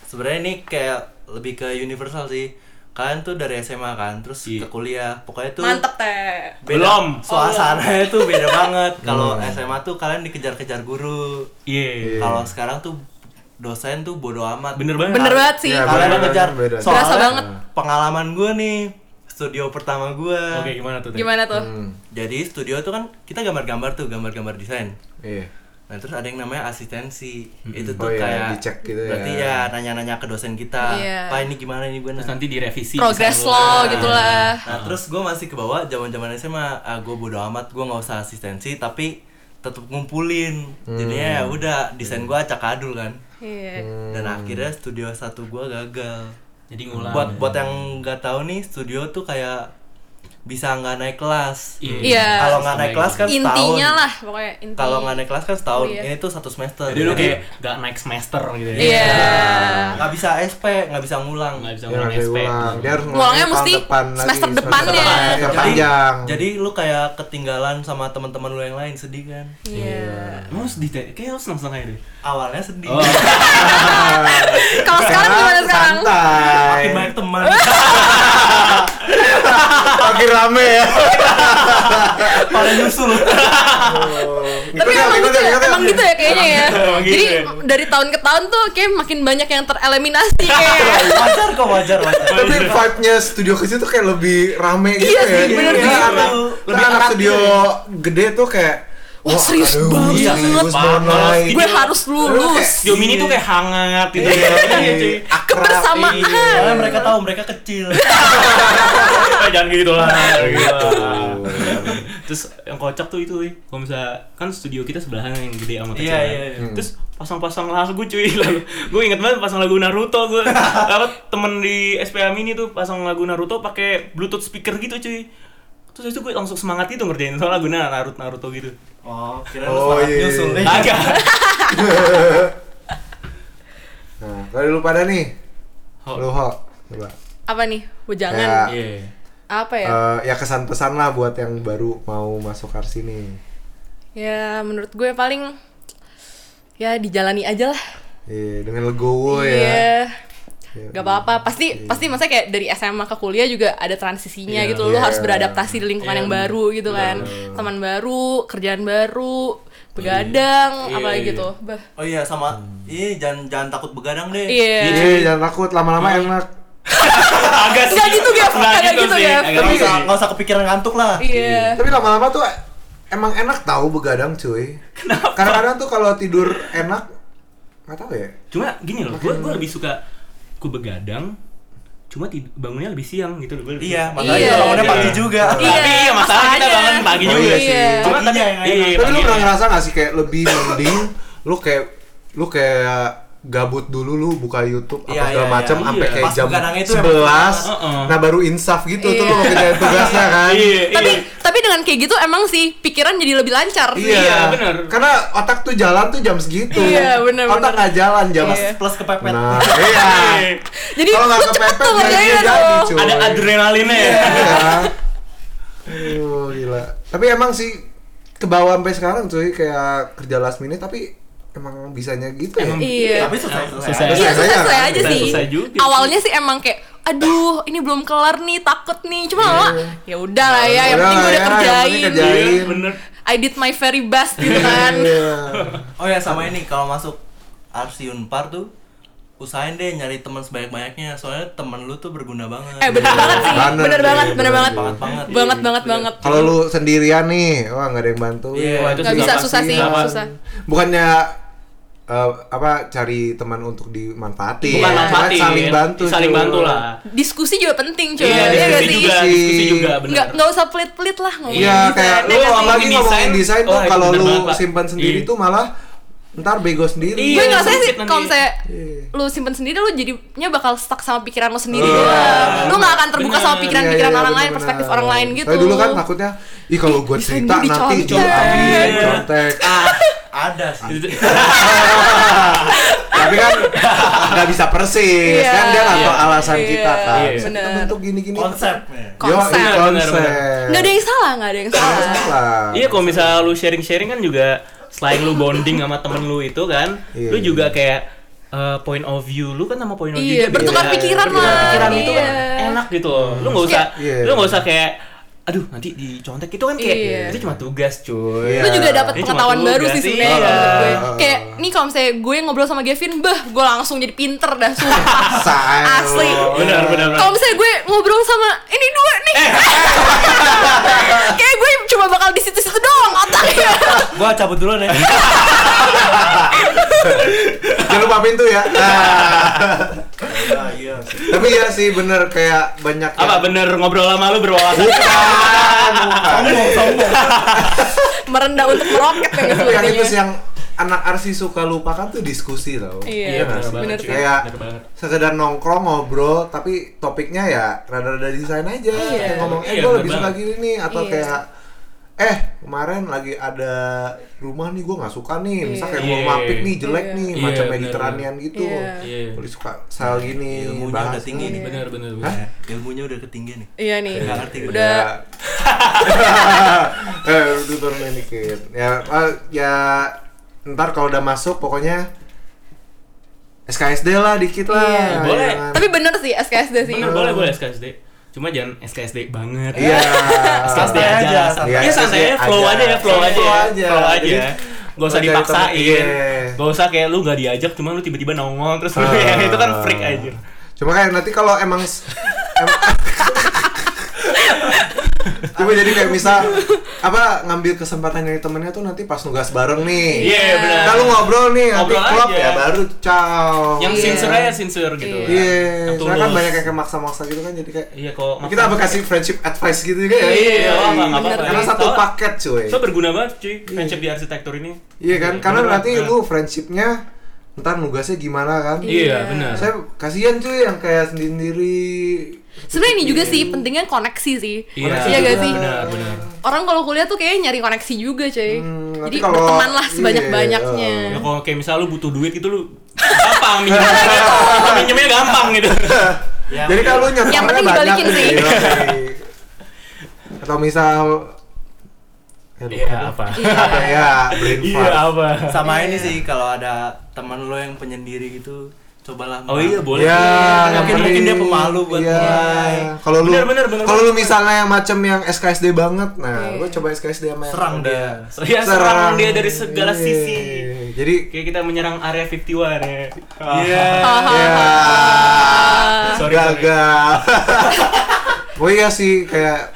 [SPEAKER 5] sebenarnya ini kayak lebih ke universal sih kalian tuh dari SMA kan terus
[SPEAKER 4] Iya.
[SPEAKER 5] ke kuliah pokoknya tuh
[SPEAKER 3] mantep teh
[SPEAKER 5] beda-
[SPEAKER 4] Belum.
[SPEAKER 5] suasananya tuh beda banget kalau SMA tuh kalian dikejar-kejar guru
[SPEAKER 4] Iya.
[SPEAKER 5] kalau sekarang tuh dosen tuh bodo amat
[SPEAKER 4] Bener banget.
[SPEAKER 3] bener banget sih
[SPEAKER 2] Iya,
[SPEAKER 5] kalian
[SPEAKER 2] Bener,
[SPEAKER 5] dikejar
[SPEAKER 2] bener, bener.
[SPEAKER 5] soalnya
[SPEAKER 3] Berasa banget.
[SPEAKER 5] pengalaman gue nih studio pertama gue
[SPEAKER 4] Oke, gimana tuh? Teh?
[SPEAKER 3] gimana tuh
[SPEAKER 2] hmm,
[SPEAKER 5] jadi studio tuh kan kita gambar-gambar tuh gambar-gambar desain
[SPEAKER 2] iya
[SPEAKER 5] Nah terus ada yang namanya asistensi
[SPEAKER 4] Hmm.
[SPEAKER 5] Itu
[SPEAKER 2] Oh iya,
[SPEAKER 5] tuh kayak
[SPEAKER 2] dicek gitu ya.
[SPEAKER 5] Berarti ya nanya-nanya ke dosen kita
[SPEAKER 3] Iya.
[SPEAKER 5] Pak ini gimana ini benar
[SPEAKER 4] Terus nanti direvisi.
[SPEAKER 3] progress
[SPEAKER 4] bisa lu.
[SPEAKER 3] lo gitulah
[SPEAKER 5] Nah terus gue masih ke bawah zaman zaman SMA ah, Gue bodo amat gue gak usah asistensi Tapi tetap ngumpulin Jadinya ya
[SPEAKER 4] Hmm.
[SPEAKER 5] udah desain gue acak adul kan
[SPEAKER 3] Iya.
[SPEAKER 5] Dan akhirnya studio satu gue gagal
[SPEAKER 4] Jadi ngulang.
[SPEAKER 5] Buat buat yang nggak tahu nih studio tuh kayak bisa nggak naik kelas
[SPEAKER 3] Iya.
[SPEAKER 5] Kalau nggak naik kelas kan
[SPEAKER 3] intinya
[SPEAKER 5] setahun
[SPEAKER 3] lah pokoknya intinya
[SPEAKER 5] Kalau nggak naik kelas kan setahun
[SPEAKER 3] Iya.
[SPEAKER 5] Ini tuh satu semester
[SPEAKER 4] Jadi lu kayak gak naik semester gitu ya.
[SPEAKER 3] iya
[SPEAKER 5] nggak bisa SP nggak bisa ngulang
[SPEAKER 4] Nggak bisa
[SPEAKER 2] Dia
[SPEAKER 4] ngulang
[SPEAKER 2] harus
[SPEAKER 4] SP.
[SPEAKER 2] ulang. Dia harus
[SPEAKER 3] Ngulangnya
[SPEAKER 2] ngulangnya tahun
[SPEAKER 3] mesti
[SPEAKER 2] depan lagi,
[SPEAKER 3] semester depannya.
[SPEAKER 2] Semester
[SPEAKER 5] Jadi-
[SPEAKER 2] panjang.
[SPEAKER 5] jadi lu kayak ketinggalan sama teman-teman lu yang lain sedih kan
[SPEAKER 3] iya
[SPEAKER 4] Emang lu sedih Teh? Kayaknya lu seneng-seneng aja deh.
[SPEAKER 5] awalnya sedih
[SPEAKER 4] Oh.
[SPEAKER 3] kalau sekarang gimana sekarang
[SPEAKER 2] Ah, Iya. Santai.
[SPEAKER 5] makin banyak
[SPEAKER 3] [laughs]
[SPEAKER 5] teman
[SPEAKER 2] Makin rame
[SPEAKER 3] [laughs]
[SPEAKER 2] ya.
[SPEAKER 5] pada nyusul
[SPEAKER 2] Ngikut
[SPEAKER 3] tapi
[SPEAKER 2] ya,
[SPEAKER 3] emang
[SPEAKER 2] ngikut
[SPEAKER 3] gitu,
[SPEAKER 2] ya,
[SPEAKER 3] ya,
[SPEAKER 2] ngikut ya.
[SPEAKER 3] emang gitu ya kayaknya ya.
[SPEAKER 4] Emang gitu
[SPEAKER 3] Jadi
[SPEAKER 4] ya.
[SPEAKER 3] dari tahun ke tahun tuh kayak makin banyak yang
[SPEAKER 2] [laughs]
[SPEAKER 3] tereliminasi kayak.
[SPEAKER 2] Iya,
[SPEAKER 3] [laughs]
[SPEAKER 5] wajar kok wajar wajar
[SPEAKER 4] [laughs]
[SPEAKER 2] Tapi vibe-nya studio kecil tuh kayak lebih rame gitu
[SPEAKER 3] Iya
[SPEAKER 2] ya.
[SPEAKER 3] sih, bener
[SPEAKER 2] Iya,
[SPEAKER 3] gitu.
[SPEAKER 2] anak-
[SPEAKER 4] Lebih
[SPEAKER 2] anak
[SPEAKER 4] erat gitu ya.
[SPEAKER 2] studio gede tuh kayak
[SPEAKER 3] Wah, serius
[SPEAKER 2] aduh,
[SPEAKER 3] banget.
[SPEAKER 2] iya, serius
[SPEAKER 4] Parah.
[SPEAKER 2] banget. iya,
[SPEAKER 3] [laughs] gue harus lulus.
[SPEAKER 4] Studio mini tuh kayak hangat gitu ya. Iya, cuy.
[SPEAKER 3] Kebersamaan.
[SPEAKER 2] iya,
[SPEAKER 5] Soalnya mereka tahu mereka kecil
[SPEAKER 4] [laughs] Eh, Jangan gitu lah. Jangan gitu lah.
[SPEAKER 2] Aduh.
[SPEAKER 4] Terus yang kocak tuh itu, Wi. kalau misalnya kan studio kita sebelahan yang gede sama kecil.
[SPEAKER 5] Iya,
[SPEAKER 4] kan.
[SPEAKER 5] iya, iya.
[SPEAKER 4] Terus pasang-pasang lagu cuy [laughs] lagu gue inget banget pasang lagu Naruto gue apa temen di SPA mini tuh pasang lagu Naruto pakai Bluetooth speaker gitu cuy terus itu gue langsung semangat gitu ngerjain soal lagu Naruto Naruto gitu
[SPEAKER 5] Oh, kira
[SPEAKER 2] Oh,
[SPEAKER 5] lu
[SPEAKER 2] iya,
[SPEAKER 5] semangat
[SPEAKER 2] iya.
[SPEAKER 5] nyusul nih.
[SPEAKER 4] agak
[SPEAKER 2] Nah, kalau lu pada nih,
[SPEAKER 4] Ho.
[SPEAKER 2] lu ho, coba.
[SPEAKER 3] apa nih
[SPEAKER 2] Kayak-
[SPEAKER 3] bujangan
[SPEAKER 4] Iya.
[SPEAKER 3] apa ya
[SPEAKER 2] Ya. Eh, ya kesan pesan lah buat yang baru mau masuk karsini.
[SPEAKER 3] ya menurut gue paling ya dijalani aja lah
[SPEAKER 2] Iya, dengan legowo ya.
[SPEAKER 3] Iya.
[SPEAKER 2] Iya.
[SPEAKER 3] Gak apa-apa, pasti
[SPEAKER 2] Iya.
[SPEAKER 3] pasti maksudnya kayak dari SMA ke kuliah juga ada transisinya
[SPEAKER 4] Iya.
[SPEAKER 3] gitu. Lu
[SPEAKER 2] Iya.
[SPEAKER 3] harus beradaptasi di lingkungan
[SPEAKER 4] Iya,
[SPEAKER 3] yang
[SPEAKER 4] bener.
[SPEAKER 3] baru gitu kan. Teman baru, kerjaan baru,
[SPEAKER 2] Iya.
[SPEAKER 3] begadang,
[SPEAKER 4] Iya,
[SPEAKER 3] apalagi
[SPEAKER 4] iya.
[SPEAKER 3] gitu. Bah.
[SPEAKER 5] Oh iya sama
[SPEAKER 2] Hmm.
[SPEAKER 5] iya jangan jangan takut begadang deh.
[SPEAKER 3] Iya.
[SPEAKER 2] Iya, jangan takut lama-lama enak.
[SPEAKER 4] agak
[SPEAKER 3] Nggak gitu, Gap. Nggak gitu,
[SPEAKER 4] sih.
[SPEAKER 3] Gap.
[SPEAKER 4] Agak
[SPEAKER 5] Tapi
[SPEAKER 4] gitu
[SPEAKER 5] nggak
[SPEAKER 4] sih.
[SPEAKER 5] nggak usah kepikiran ngantuk lah.
[SPEAKER 3] Iya.
[SPEAKER 2] Tapi lama-lama tuh emang enak tahu begadang cuy. Kenapa? Kadang-kadang tuh kalau tidur enak nggak tahu ya.
[SPEAKER 4] cuma gini loh gue gue lebih suka ku begadang cuma tid- bangunnya lebih siang gitu loh gue lebih
[SPEAKER 5] Iya,
[SPEAKER 4] suka.
[SPEAKER 5] makanya
[SPEAKER 3] Iya.
[SPEAKER 5] bangunnya pagi
[SPEAKER 4] Iya.
[SPEAKER 5] juga.
[SPEAKER 4] Tapi iya, masalah kita
[SPEAKER 3] masalahnya.
[SPEAKER 4] bangun pagi
[SPEAKER 2] juga
[SPEAKER 3] Iya.
[SPEAKER 2] sih.
[SPEAKER 4] cuma tadi
[SPEAKER 5] Paginya yang enak.
[SPEAKER 4] iya,
[SPEAKER 2] Tapi lu
[SPEAKER 4] paginya.
[SPEAKER 2] pernah ngerasa nggak sih kayak lebih mending lu kayak lu kayak gabut dulu lu buka YouTube apa
[SPEAKER 5] Iya,
[SPEAKER 2] segala
[SPEAKER 5] iya,
[SPEAKER 2] macem
[SPEAKER 4] iya.
[SPEAKER 2] sampai kayak
[SPEAKER 5] Pas
[SPEAKER 2] jam
[SPEAKER 5] begadang itu
[SPEAKER 2] 11
[SPEAKER 5] emang
[SPEAKER 4] Heeh.
[SPEAKER 2] nah baru insaf gitu tuh
[SPEAKER 3] Iya.
[SPEAKER 2] lu mau kerjain tugasnya kan
[SPEAKER 4] iya
[SPEAKER 3] Tapi
[SPEAKER 4] iya.
[SPEAKER 3] tapi dengan kayak gitu emang sih pikiran jadi lebih lancar.
[SPEAKER 4] Iya. bener.
[SPEAKER 2] karena otak tuh jalan tuh jam segitu
[SPEAKER 3] Iya, bener,
[SPEAKER 2] otak
[SPEAKER 3] bener.
[SPEAKER 2] nggak jalan jam
[SPEAKER 5] Plus, plus kepepet.
[SPEAKER 2] nah iya
[SPEAKER 4] Iya.
[SPEAKER 3] Jadi
[SPEAKER 2] kalau nggak
[SPEAKER 3] lu cepet
[SPEAKER 2] kepepet
[SPEAKER 3] tuh
[SPEAKER 2] jadi
[SPEAKER 3] ngerjainnya
[SPEAKER 2] jadi
[SPEAKER 3] tuh.
[SPEAKER 2] cuy
[SPEAKER 4] ada adrenalinnya ya
[SPEAKER 2] Iya. Aduh, gila. Tapi emang sih ke bawah sampai sekarang cuy kayak kerja last minute tapi emang bisanya gitu ya.
[SPEAKER 4] Emang
[SPEAKER 3] Iya.
[SPEAKER 5] Tapi selesai selesai.
[SPEAKER 4] Selesai.
[SPEAKER 3] Iya,
[SPEAKER 2] Selesai
[SPEAKER 3] selesai,
[SPEAKER 2] kan?
[SPEAKER 3] aja
[SPEAKER 4] Selesai
[SPEAKER 3] sih.
[SPEAKER 4] juga.
[SPEAKER 3] Awalnya sih emang kayak aduh, ini belum kelar nih, takut nih. Cuma lama ya udah lah ya, yang
[SPEAKER 2] Iya. Udah
[SPEAKER 3] penting
[SPEAKER 2] lah
[SPEAKER 3] gue udah
[SPEAKER 2] ya, yang penting
[SPEAKER 3] kerjain.
[SPEAKER 2] kerjain.
[SPEAKER 4] Iya, bener
[SPEAKER 3] I did my very best gitu kan.
[SPEAKER 2] Iya.
[SPEAKER 5] Oh ya sama ini kalau masuk Arsi Unpar tuh usahain deh nyari teman sebanyak-banyaknya soalnya teman lu tuh berguna banget.
[SPEAKER 3] Eh bener banget sih,
[SPEAKER 2] Bener, iya,
[SPEAKER 3] bener banget, bener
[SPEAKER 2] bener,
[SPEAKER 3] banget,
[SPEAKER 5] banget banget.
[SPEAKER 3] banget banget banget.
[SPEAKER 2] Kalau lu sendirian nih, wah nggak ada yang bantu.
[SPEAKER 5] Iya,
[SPEAKER 4] Wah, itu
[SPEAKER 3] Nggak
[SPEAKER 4] susah
[SPEAKER 3] bisa,
[SPEAKER 4] banget.
[SPEAKER 3] susah sih,
[SPEAKER 4] Susah banget.
[SPEAKER 3] susah.
[SPEAKER 2] Bukannya eh, apa cari teman untuk dimanfaati.
[SPEAKER 4] bukan
[SPEAKER 3] Iya.
[SPEAKER 4] manfaatin
[SPEAKER 2] saling bantu.
[SPEAKER 4] saling
[SPEAKER 2] cuy.
[SPEAKER 4] bantu lah
[SPEAKER 3] Diskusi juga penting cuy,
[SPEAKER 4] iya
[SPEAKER 3] ya
[SPEAKER 2] diskusi
[SPEAKER 3] nggak sih?
[SPEAKER 4] diskusi juga
[SPEAKER 2] Sih.
[SPEAKER 4] diskusi juga benar
[SPEAKER 3] Nggak nggak usah pelit-pelit lah ngomong.
[SPEAKER 2] Iya, kayak lu
[SPEAKER 4] Iya,
[SPEAKER 2] apalagi
[SPEAKER 4] ngomongin
[SPEAKER 2] ngomongin
[SPEAKER 4] desain.
[SPEAKER 2] desain tuh
[SPEAKER 4] Wah, itu
[SPEAKER 2] kalau
[SPEAKER 4] bener
[SPEAKER 2] lu
[SPEAKER 4] banget, Pak.
[SPEAKER 2] simpan sendiri
[SPEAKER 4] Iya.
[SPEAKER 2] tuh malah ntar bego sendiri.
[SPEAKER 4] Iya.
[SPEAKER 3] Gue ngerasanya sih
[SPEAKER 4] sempit nanti.
[SPEAKER 3] kalau misalnya
[SPEAKER 2] Iya.
[SPEAKER 3] lu simpen sendiri lu jadinya bakal stuck sama pikiran lu sendiri
[SPEAKER 2] Iya,
[SPEAKER 3] doang. Lu nggak akan terbuka
[SPEAKER 4] bener.
[SPEAKER 3] sama pikiran-pikiran orang lain, perspektif orang lain gitu.
[SPEAKER 2] Tapi dulu kan takutnya, ih kalau gue
[SPEAKER 3] desain
[SPEAKER 2] cerita
[SPEAKER 3] gue
[SPEAKER 2] nanti
[SPEAKER 3] dicontek." Iya.
[SPEAKER 2] jual amin, contek.
[SPEAKER 5] Ah, ada sih.
[SPEAKER 4] Itu-
[SPEAKER 2] Iya, Tapi kan nggak bisa persis,
[SPEAKER 3] Iya.
[SPEAKER 2] kan dia atau
[SPEAKER 4] Iya.
[SPEAKER 2] alasan
[SPEAKER 3] Iya,
[SPEAKER 2] kita kan.
[SPEAKER 4] iya.
[SPEAKER 2] Kita
[SPEAKER 3] Bener.
[SPEAKER 2] bentuk gini-gini.
[SPEAKER 5] Konsepnya.
[SPEAKER 2] Yo,
[SPEAKER 3] Konsep.
[SPEAKER 2] iya,
[SPEAKER 4] Bener,
[SPEAKER 2] konsep.
[SPEAKER 4] bener.
[SPEAKER 3] Nggak ada yang salah, nggak ada yang
[SPEAKER 2] Nggak
[SPEAKER 3] salah.
[SPEAKER 2] salah.
[SPEAKER 4] Iya kalau misalnya lu sharing-sharing kan juga selain lu bonding sama temen lu itu kan,
[SPEAKER 2] Iya,
[SPEAKER 4] lu
[SPEAKER 2] iya.
[SPEAKER 4] juga kayak eh, point of view lu kan sama point of view
[SPEAKER 3] Iya,
[SPEAKER 4] dia
[SPEAKER 3] bertukar
[SPEAKER 4] beda.
[SPEAKER 3] pikiran
[SPEAKER 4] Bertukar
[SPEAKER 3] lah,
[SPEAKER 4] pikiran itu kan
[SPEAKER 3] iya.
[SPEAKER 4] enak gitu loh. Lu nggak usah,
[SPEAKER 2] Iya.
[SPEAKER 4] lu nggak usah kayak, aduh nanti dicontek itu kan kayak
[SPEAKER 3] Iya.
[SPEAKER 4] itu cuma tugas cuy.
[SPEAKER 2] Iya.
[SPEAKER 3] Lu juga dapat
[SPEAKER 4] Ini cuma
[SPEAKER 3] pengetahuan
[SPEAKER 4] tugas,
[SPEAKER 3] baru sih
[SPEAKER 4] iya.
[SPEAKER 3] sebenarnya kalau menurut gue.
[SPEAKER 2] Heeh.
[SPEAKER 3] Kayak nih kalau misalnya gue ngobrol sama Gavin, bah, gue langsung jadi pinter dah sumpah.
[SPEAKER 2] Say,
[SPEAKER 3] Asli.
[SPEAKER 2] lo.
[SPEAKER 4] Benar, benar, Eh. benar.
[SPEAKER 3] Kalau misalnya gue ngobrol sama ini dua nih, [laughs] kayak gue cuma bakal di situ-situ doang otaknya. [laughs]
[SPEAKER 5] Gua cabut dulu deh.
[SPEAKER 2] Jangan lupa pintu ya. Ah.
[SPEAKER 5] Iya, iya.
[SPEAKER 2] Tapi ya sih bener kayak banyak yang-
[SPEAKER 4] [laughs]
[SPEAKER 2] Ah,
[SPEAKER 4] Apa bener ngobrol sama lu berwawasan?
[SPEAKER 2] Iya.
[SPEAKER 5] Sombong, sombong.
[SPEAKER 3] Merendah untuk meroket gitu yang
[SPEAKER 2] Tapi yang itu
[SPEAKER 3] sebenarnya.
[SPEAKER 2] sih yang anak arsi suka lupakan tuh diskusi tau.
[SPEAKER 3] Iya,
[SPEAKER 2] nggak sih?
[SPEAKER 3] bener
[SPEAKER 4] cuy.
[SPEAKER 3] sih.
[SPEAKER 2] Kayak
[SPEAKER 4] Bener banget.
[SPEAKER 2] sekedar nongkrong ngobrol tapi topiknya ya rada-rada desain aja Kayak ngomong eh
[SPEAKER 4] Iya,
[SPEAKER 2] gue
[SPEAKER 4] bener
[SPEAKER 2] lebih suka
[SPEAKER 4] banget.
[SPEAKER 2] gini nih atau
[SPEAKER 3] Iya.
[SPEAKER 2] kayak eh kemarin lagi ada rumah nih gue nggak suka nih misal kayak
[SPEAKER 4] Iya.
[SPEAKER 2] mau mapik nih jelek
[SPEAKER 3] Iya.
[SPEAKER 2] nih
[SPEAKER 4] Iya,
[SPEAKER 2] macam
[SPEAKER 4] bener,
[SPEAKER 2] mediteranian gitu
[SPEAKER 3] Iya.
[SPEAKER 4] Iya.
[SPEAKER 2] Gua lebih suka style gini
[SPEAKER 5] Ilmunya
[SPEAKER 2] bahas
[SPEAKER 5] udah tinggi nih.
[SPEAKER 4] Bener bener bener.
[SPEAKER 2] Hah?
[SPEAKER 5] Ilmunya udah ketinggian nih.
[SPEAKER 3] Iya nih.
[SPEAKER 5] Nggak ngerti gue.
[SPEAKER 3] Udah.
[SPEAKER 2] Ya. eh udah turunin dikit ya eh, ya ntar kalau udah masuk pokoknya SKSD lah dikit lah Ya kan?
[SPEAKER 3] Iya.
[SPEAKER 4] Boleh.
[SPEAKER 2] jangan-
[SPEAKER 3] Tapi bener sih SKSD sih.
[SPEAKER 4] Bener boleh boleh SKSD. Cuma jangan SKSD banget.
[SPEAKER 2] iya
[SPEAKER 4] santai
[SPEAKER 5] Santai
[SPEAKER 4] aja.
[SPEAKER 5] aja,
[SPEAKER 4] santai.
[SPEAKER 5] santai.
[SPEAKER 4] Iya santai aja, flow aja ya, flow aja,
[SPEAKER 2] Flow
[SPEAKER 4] ya,
[SPEAKER 2] aja.
[SPEAKER 4] flow aja.
[SPEAKER 2] Jadi,
[SPEAKER 4] Gak usah
[SPEAKER 2] lo cari tempat-
[SPEAKER 4] [laughs] dipaksain.
[SPEAKER 2] Iya.
[SPEAKER 4] Gak usah kayak lu gak diajak, cuma lu tiba-tiba nongol terus lu
[SPEAKER 2] Ah.
[SPEAKER 4] itu kan freak aja.
[SPEAKER 2] [laughs] Cuma kayak nanti kalau emang s- em- Coba jadi kayak misal apa ngambil kesempatan dari temennya tuh nanti pas nugas bareng nih.
[SPEAKER 4] Iya, benar.
[SPEAKER 2] Nah, lu ngobrol nih, nanti
[SPEAKER 4] Ngobrol
[SPEAKER 2] klop
[SPEAKER 4] aja.
[SPEAKER 2] ya baru ciao.
[SPEAKER 4] yang
[SPEAKER 3] Iya.
[SPEAKER 4] sincere aja sincere gitu
[SPEAKER 3] Iya.
[SPEAKER 4] kan.
[SPEAKER 2] Iya,
[SPEAKER 4] Yang
[SPEAKER 2] soalnya kan
[SPEAKER 4] tulus.
[SPEAKER 2] banyak yang kayak maksa-maksa gitu kan jadi kayak
[SPEAKER 4] iya kok
[SPEAKER 2] kita apa kasih friendship advice gitu kan
[SPEAKER 4] Iya, iya, iya, apa, apa,
[SPEAKER 3] apa,
[SPEAKER 2] Karena
[SPEAKER 4] iya.
[SPEAKER 2] satu
[SPEAKER 4] Soalnya-
[SPEAKER 2] paket cuy.
[SPEAKER 4] so berguna banget cuy friendship di arsitektur ini
[SPEAKER 2] Iya kan? Karena
[SPEAKER 4] Beneran,
[SPEAKER 2] nanti
[SPEAKER 4] beneran.
[SPEAKER 2] lu friendshipnya ntar nugasnya gimana kan?
[SPEAKER 4] iya benar
[SPEAKER 2] Saya kasihan cuy yang kayak
[SPEAKER 4] [laughs]
[SPEAKER 2] sendiri.
[SPEAKER 3] Sebenarnya ini juga sih pentingnya koneksi sih.
[SPEAKER 4] iya
[SPEAKER 3] Iya gak sih?
[SPEAKER 4] benar benar
[SPEAKER 3] Orang kalau kuliah tuh kayaknya nyari koneksi juga, cuy.
[SPEAKER 2] Hmm, nanti
[SPEAKER 3] Jadi
[SPEAKER 2] kalau-
[SPEAKER 3] berteman lah sebanyak-banyaknya.
[SPEAKER 2] iya,
[SPEAKER 4] Ya kalau kayak misal lu butuh duit gitu lu gampang minjem. Minjemnya gampang gitu.
[SPEAKER 5] Ya,
[SPEAKER 2] Jadi kalau lu nyetornya
[SPEAKER 3] Yang penting
[SPEAKER 2] banyak
[SPEAKER 3] dibalikin
[SPEAKER 2] nih,
[SPEAKER 3] sih.
[SPEAKER 2] oke. Atau misal Aduh,
[SPEAKER 4] Iya, apa?
[SPEAKER 2] Apa ya, brain
[SPEAKER 4] Iya
[SPEAKER 2] fart.
[SPEAKER 4] apa?
[SPEAKER 5] sama ini sih kalau ada teman lo yang penyendiri gitu cobalah
[SPEAKER 4] Oh iya boleh.
[SPEAKER 2] Ya,
[SPEAKER 5] Mungkin-
[SPEAKER 2] yang
[SPEAKER 5] mungkin
[SPEAKER 2] penting-
[SPEAKER 5] dia pemalu buat
[SPEAKER 2] iya.
[SPEAKER 5] mulai.
[SPEAKER 2] Kalau lu,
[SPEAKER 4] Bener, bener, bener,
[SPEAKER 2] kalau lu
[SPEAKER 4] bener.
[SPEAKER 2] misalnya yang macam yang SKSD banget, nah,
[SPEAKER 3] Iya.
[SPEAKER 2] lu coba SKSD sama yang
[SPEAKER 5] serang
[SPEAKER 2] ada.
[SPEAKER 5] dia
[SPEAKER 4] Ya serang dia dari segala
[SPEAKER 2] Iya.
[SPEAKER 4] sisi.
[SPEAKER 3] [laughs]
[SPEAKER 2] Jadi,
[SPEAKER 4] Kayak kita menyerang area 51 ya.
[SPEAKER 5] Iya.
[SPEAKER 2] ya, Iya.
[SPEAKER 4] Sorry, [laughs]
[SPEAKER 2] gagal. oh iya sih, kayak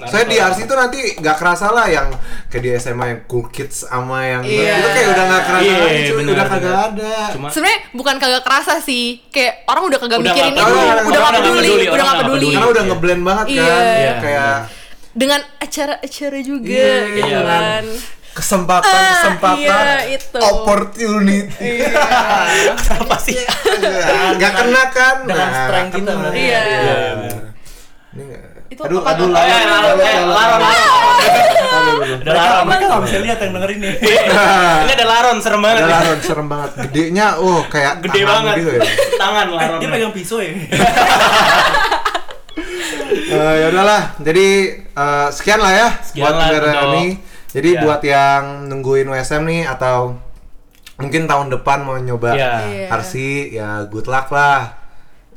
[SPEAKER 4] Nah,
[SPEAKER 2] saya di RC itu nanti nggak kerasa lah yang kayak di SMA yang cool kids sama yang
[SPEAKER 3] Iya.
[SPEAKER 2] itu kayak udah nggak kerasa
[SPEAKER 4] Iya,
[SPEAKER 2] lagi, cuy.
[SPEAKER 4] bener,
[SPEAKER 2] udah kagak
[SPEAKER 4] bener.
[SPEAKER 2] ada.
[SPEAKER 4] Cuma
[SPEAKER 3] Sebenarnya bukan kagak kerasa sih, kayak orang udah kagak
[SPEAKER 4] Udah
[SPEAKER 3] mikirin
[SPEAKER 4] nggak
[SPEAKER 3] itu,
[SPEAKER 2] peduli.
[SPEAKER 3] udah
[SPEAKER 2] Orang
[SPEAKER 3] nggak
[SPEAKER 2] nggak
[SPEAKER 3] peduli,
[SPEAKER 4] peduli,
[SPEAKER 3] udah
[SPEAKER 4] orang
[SPEAKER 3] nggak
[SPEAKER 4] nggak
[SPEAKER 3] peduli.
[SPEAKER 2] Karena udah
[SPEAKER 4] Iya.
[SPEAKER 2] ngeblend banget kan,
[SPEAKER 3] Iya.
[SPEAKER 2] kayak
[SPEAKER 3] Dengan acara-acara juga,
[SPEAKER 2] Iya,
[SPEAKER 3] gitu
[SPEAKER 4] iya.
[SPEAKER 3] kan.
[SPEAKER 2] kesempatan
[SPEAKER 3] Ah,
[SPEAKER 2] kesempatan
[SPEAKER 3] iya, itu. Iya.
[SPEAKER 2] opportunity
[SPEAKER 5] apa
[SPEAKER 2] [laughs]
[SPEAKER 5] sih
[SPEAKER 4] Eh,
[SPEAKER 2] nggak kena kan
[SPEAKER 5] dengan
[SPEAKER 2] Nah,
[SPEAKER 5] strength kita berarti
[SPEAKER 3] Iya.
[SPEAKER 4] Iya,
[SPEAKER 2] ini nggak-
[SPEAKER 3] Itu
[SPEAKER 2] aduh
[SPEAKER 3] apa-
[SPEAKER 2] aduh
[SPEAKER 3] apa-
[SPEAKER 2] lah
[SPEAKER 4] Eh, larang, eh, larang, larang.
[SPEAKER 5] mereka mereka nggak bisa lihat yang dengerin nih
[SPEAKER 4] Iya. Ini ada laron serem banget.
[SPEAKER 2] Udah lah, serem banget. Gedenya, oh kayak
[SPEAKER 4] Gede
[SPEAKER 2] tangan
[SPEAKER 4] banget.
[SPEAKER 2] gitu ya.
[SPEAKER 4] Tangan
[SPEAKER 5] Eh,
[SPEAKER 4] laron.
[SPEAKER 5] dia pegang pisau ya
[SPEAKER 2] Eh, ya udahlah, jadi eh, sekian lah ya
[SPEAKER 4] Sekian
[SPEAKER 2] buat
[SPEAKER 4] lah
[SPEAKER 2] negara
[SPEAKER 4] untuk-
[SPEAKER 2] ini. Jadi
[SPEAKER 4] Iya.
[SPEAKER 2] buat yang nungguin USM nih atau mungkin tahun depan mau nyoba
[SPEAKER 3] Iya.
[SPEAKER 4] Iya.
[SPEAKER 2] Arsi, ya good luck lah.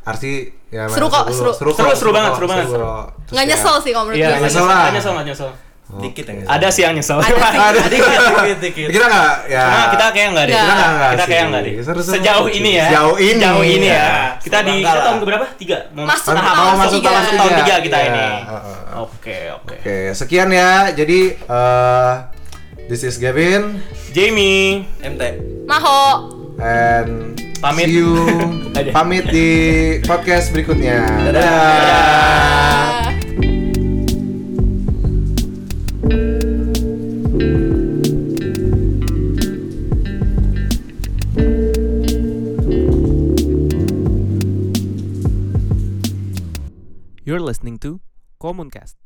[SPEAKER 2] Arsi, ya
[SPEAKER 3] Seru
[SPEAKER 2] memang
[SPEAKER 3] kok, seru.
[SPEAKER 4] Seru, seru banget, seru banget.
[SPEAKER 2] kok. Terus
[SPEAKER 3] Nggak
[SPEAKER 2] ya,
[SPEAKER 3] nyesel sih kalau menurut
[SPEAKER 4] Iya,
[SPEAKER 2] Nggak
[SPEAKER 3] gue.
[SPEAKER 4] nggak
[SPEAKER 2] nyesel
[SPEAKER 4] nyesel,
[SPEAKER 2] lah.
[SPEAKER 4] nggak nyesel, nggak nyesel.
[SPEAKER 2] Oh.
[SPEAKER 5] dikit yang
[SPEAKER 4] Ada sih yang nyesel.
[SPEAKER 3] Ada sih.
[SPEAKER 2] Ada.
[SPEAKER 5] dikit [laughs] dikit dikit
[SPEAKER 2] Kita nggak, ya.
[SPEAKER 4] Cuma Nah, kita kayak nggak deh. Nah,
[SPEAKER 3] Nggak.
[SPEAKER 2] Kita nggak,
[SPEAKER 4] Kita
[SPEAKER 2] sih.
[SPEAKER 4] kayak nggak deh.
[SPEAKER 2] Seru, seru.
[SPEAKER 4] Sejauh ini ya.
[SPEAKER 2] Sejauh ini.
[SPEAKER 4] Sejauh ini ya. Kita
[SPEAKER 5] Semoga
[SPEAKER 4] di kita
[SPEAKER 5] lah.
[SPEAKER 4] tahun keberapa? Tiga. Mau
[SPEAKER 3] Masuk
[SPEAKER 2] Kan-
[SPEAKER 3] tahun
[SPEAKER 2] mau masuk
[SPEAKER 3] ketiga.
[SPEAKER 2] tahun
[SPEAKER 4] tahun tiga kita
[SPEAKER 2] Iya.
[SPEAKER 4] ini.
[SPEAKER 2] Heeh.
[SPEAKER 4] Oke, oke.
[SPEAKER 2] Oke, sekian ya. Jadi eh, this is Gavin
[SPEAKER 4] Jamie.
[SPEAKER 5] MT
[SPEAKER 3] Maho.
[SPEAKER 2] and
[SPEAKER 4] Pamit.
[SPEAKER 2] see you
[SPEAKER 4] [laughs] Aja.
[SPEAKER 2] pamit di podcast berikutnya. Dadah.
[SPEAKER 3] Ah.
[SPEAKER 1] You're listening to Commoncast.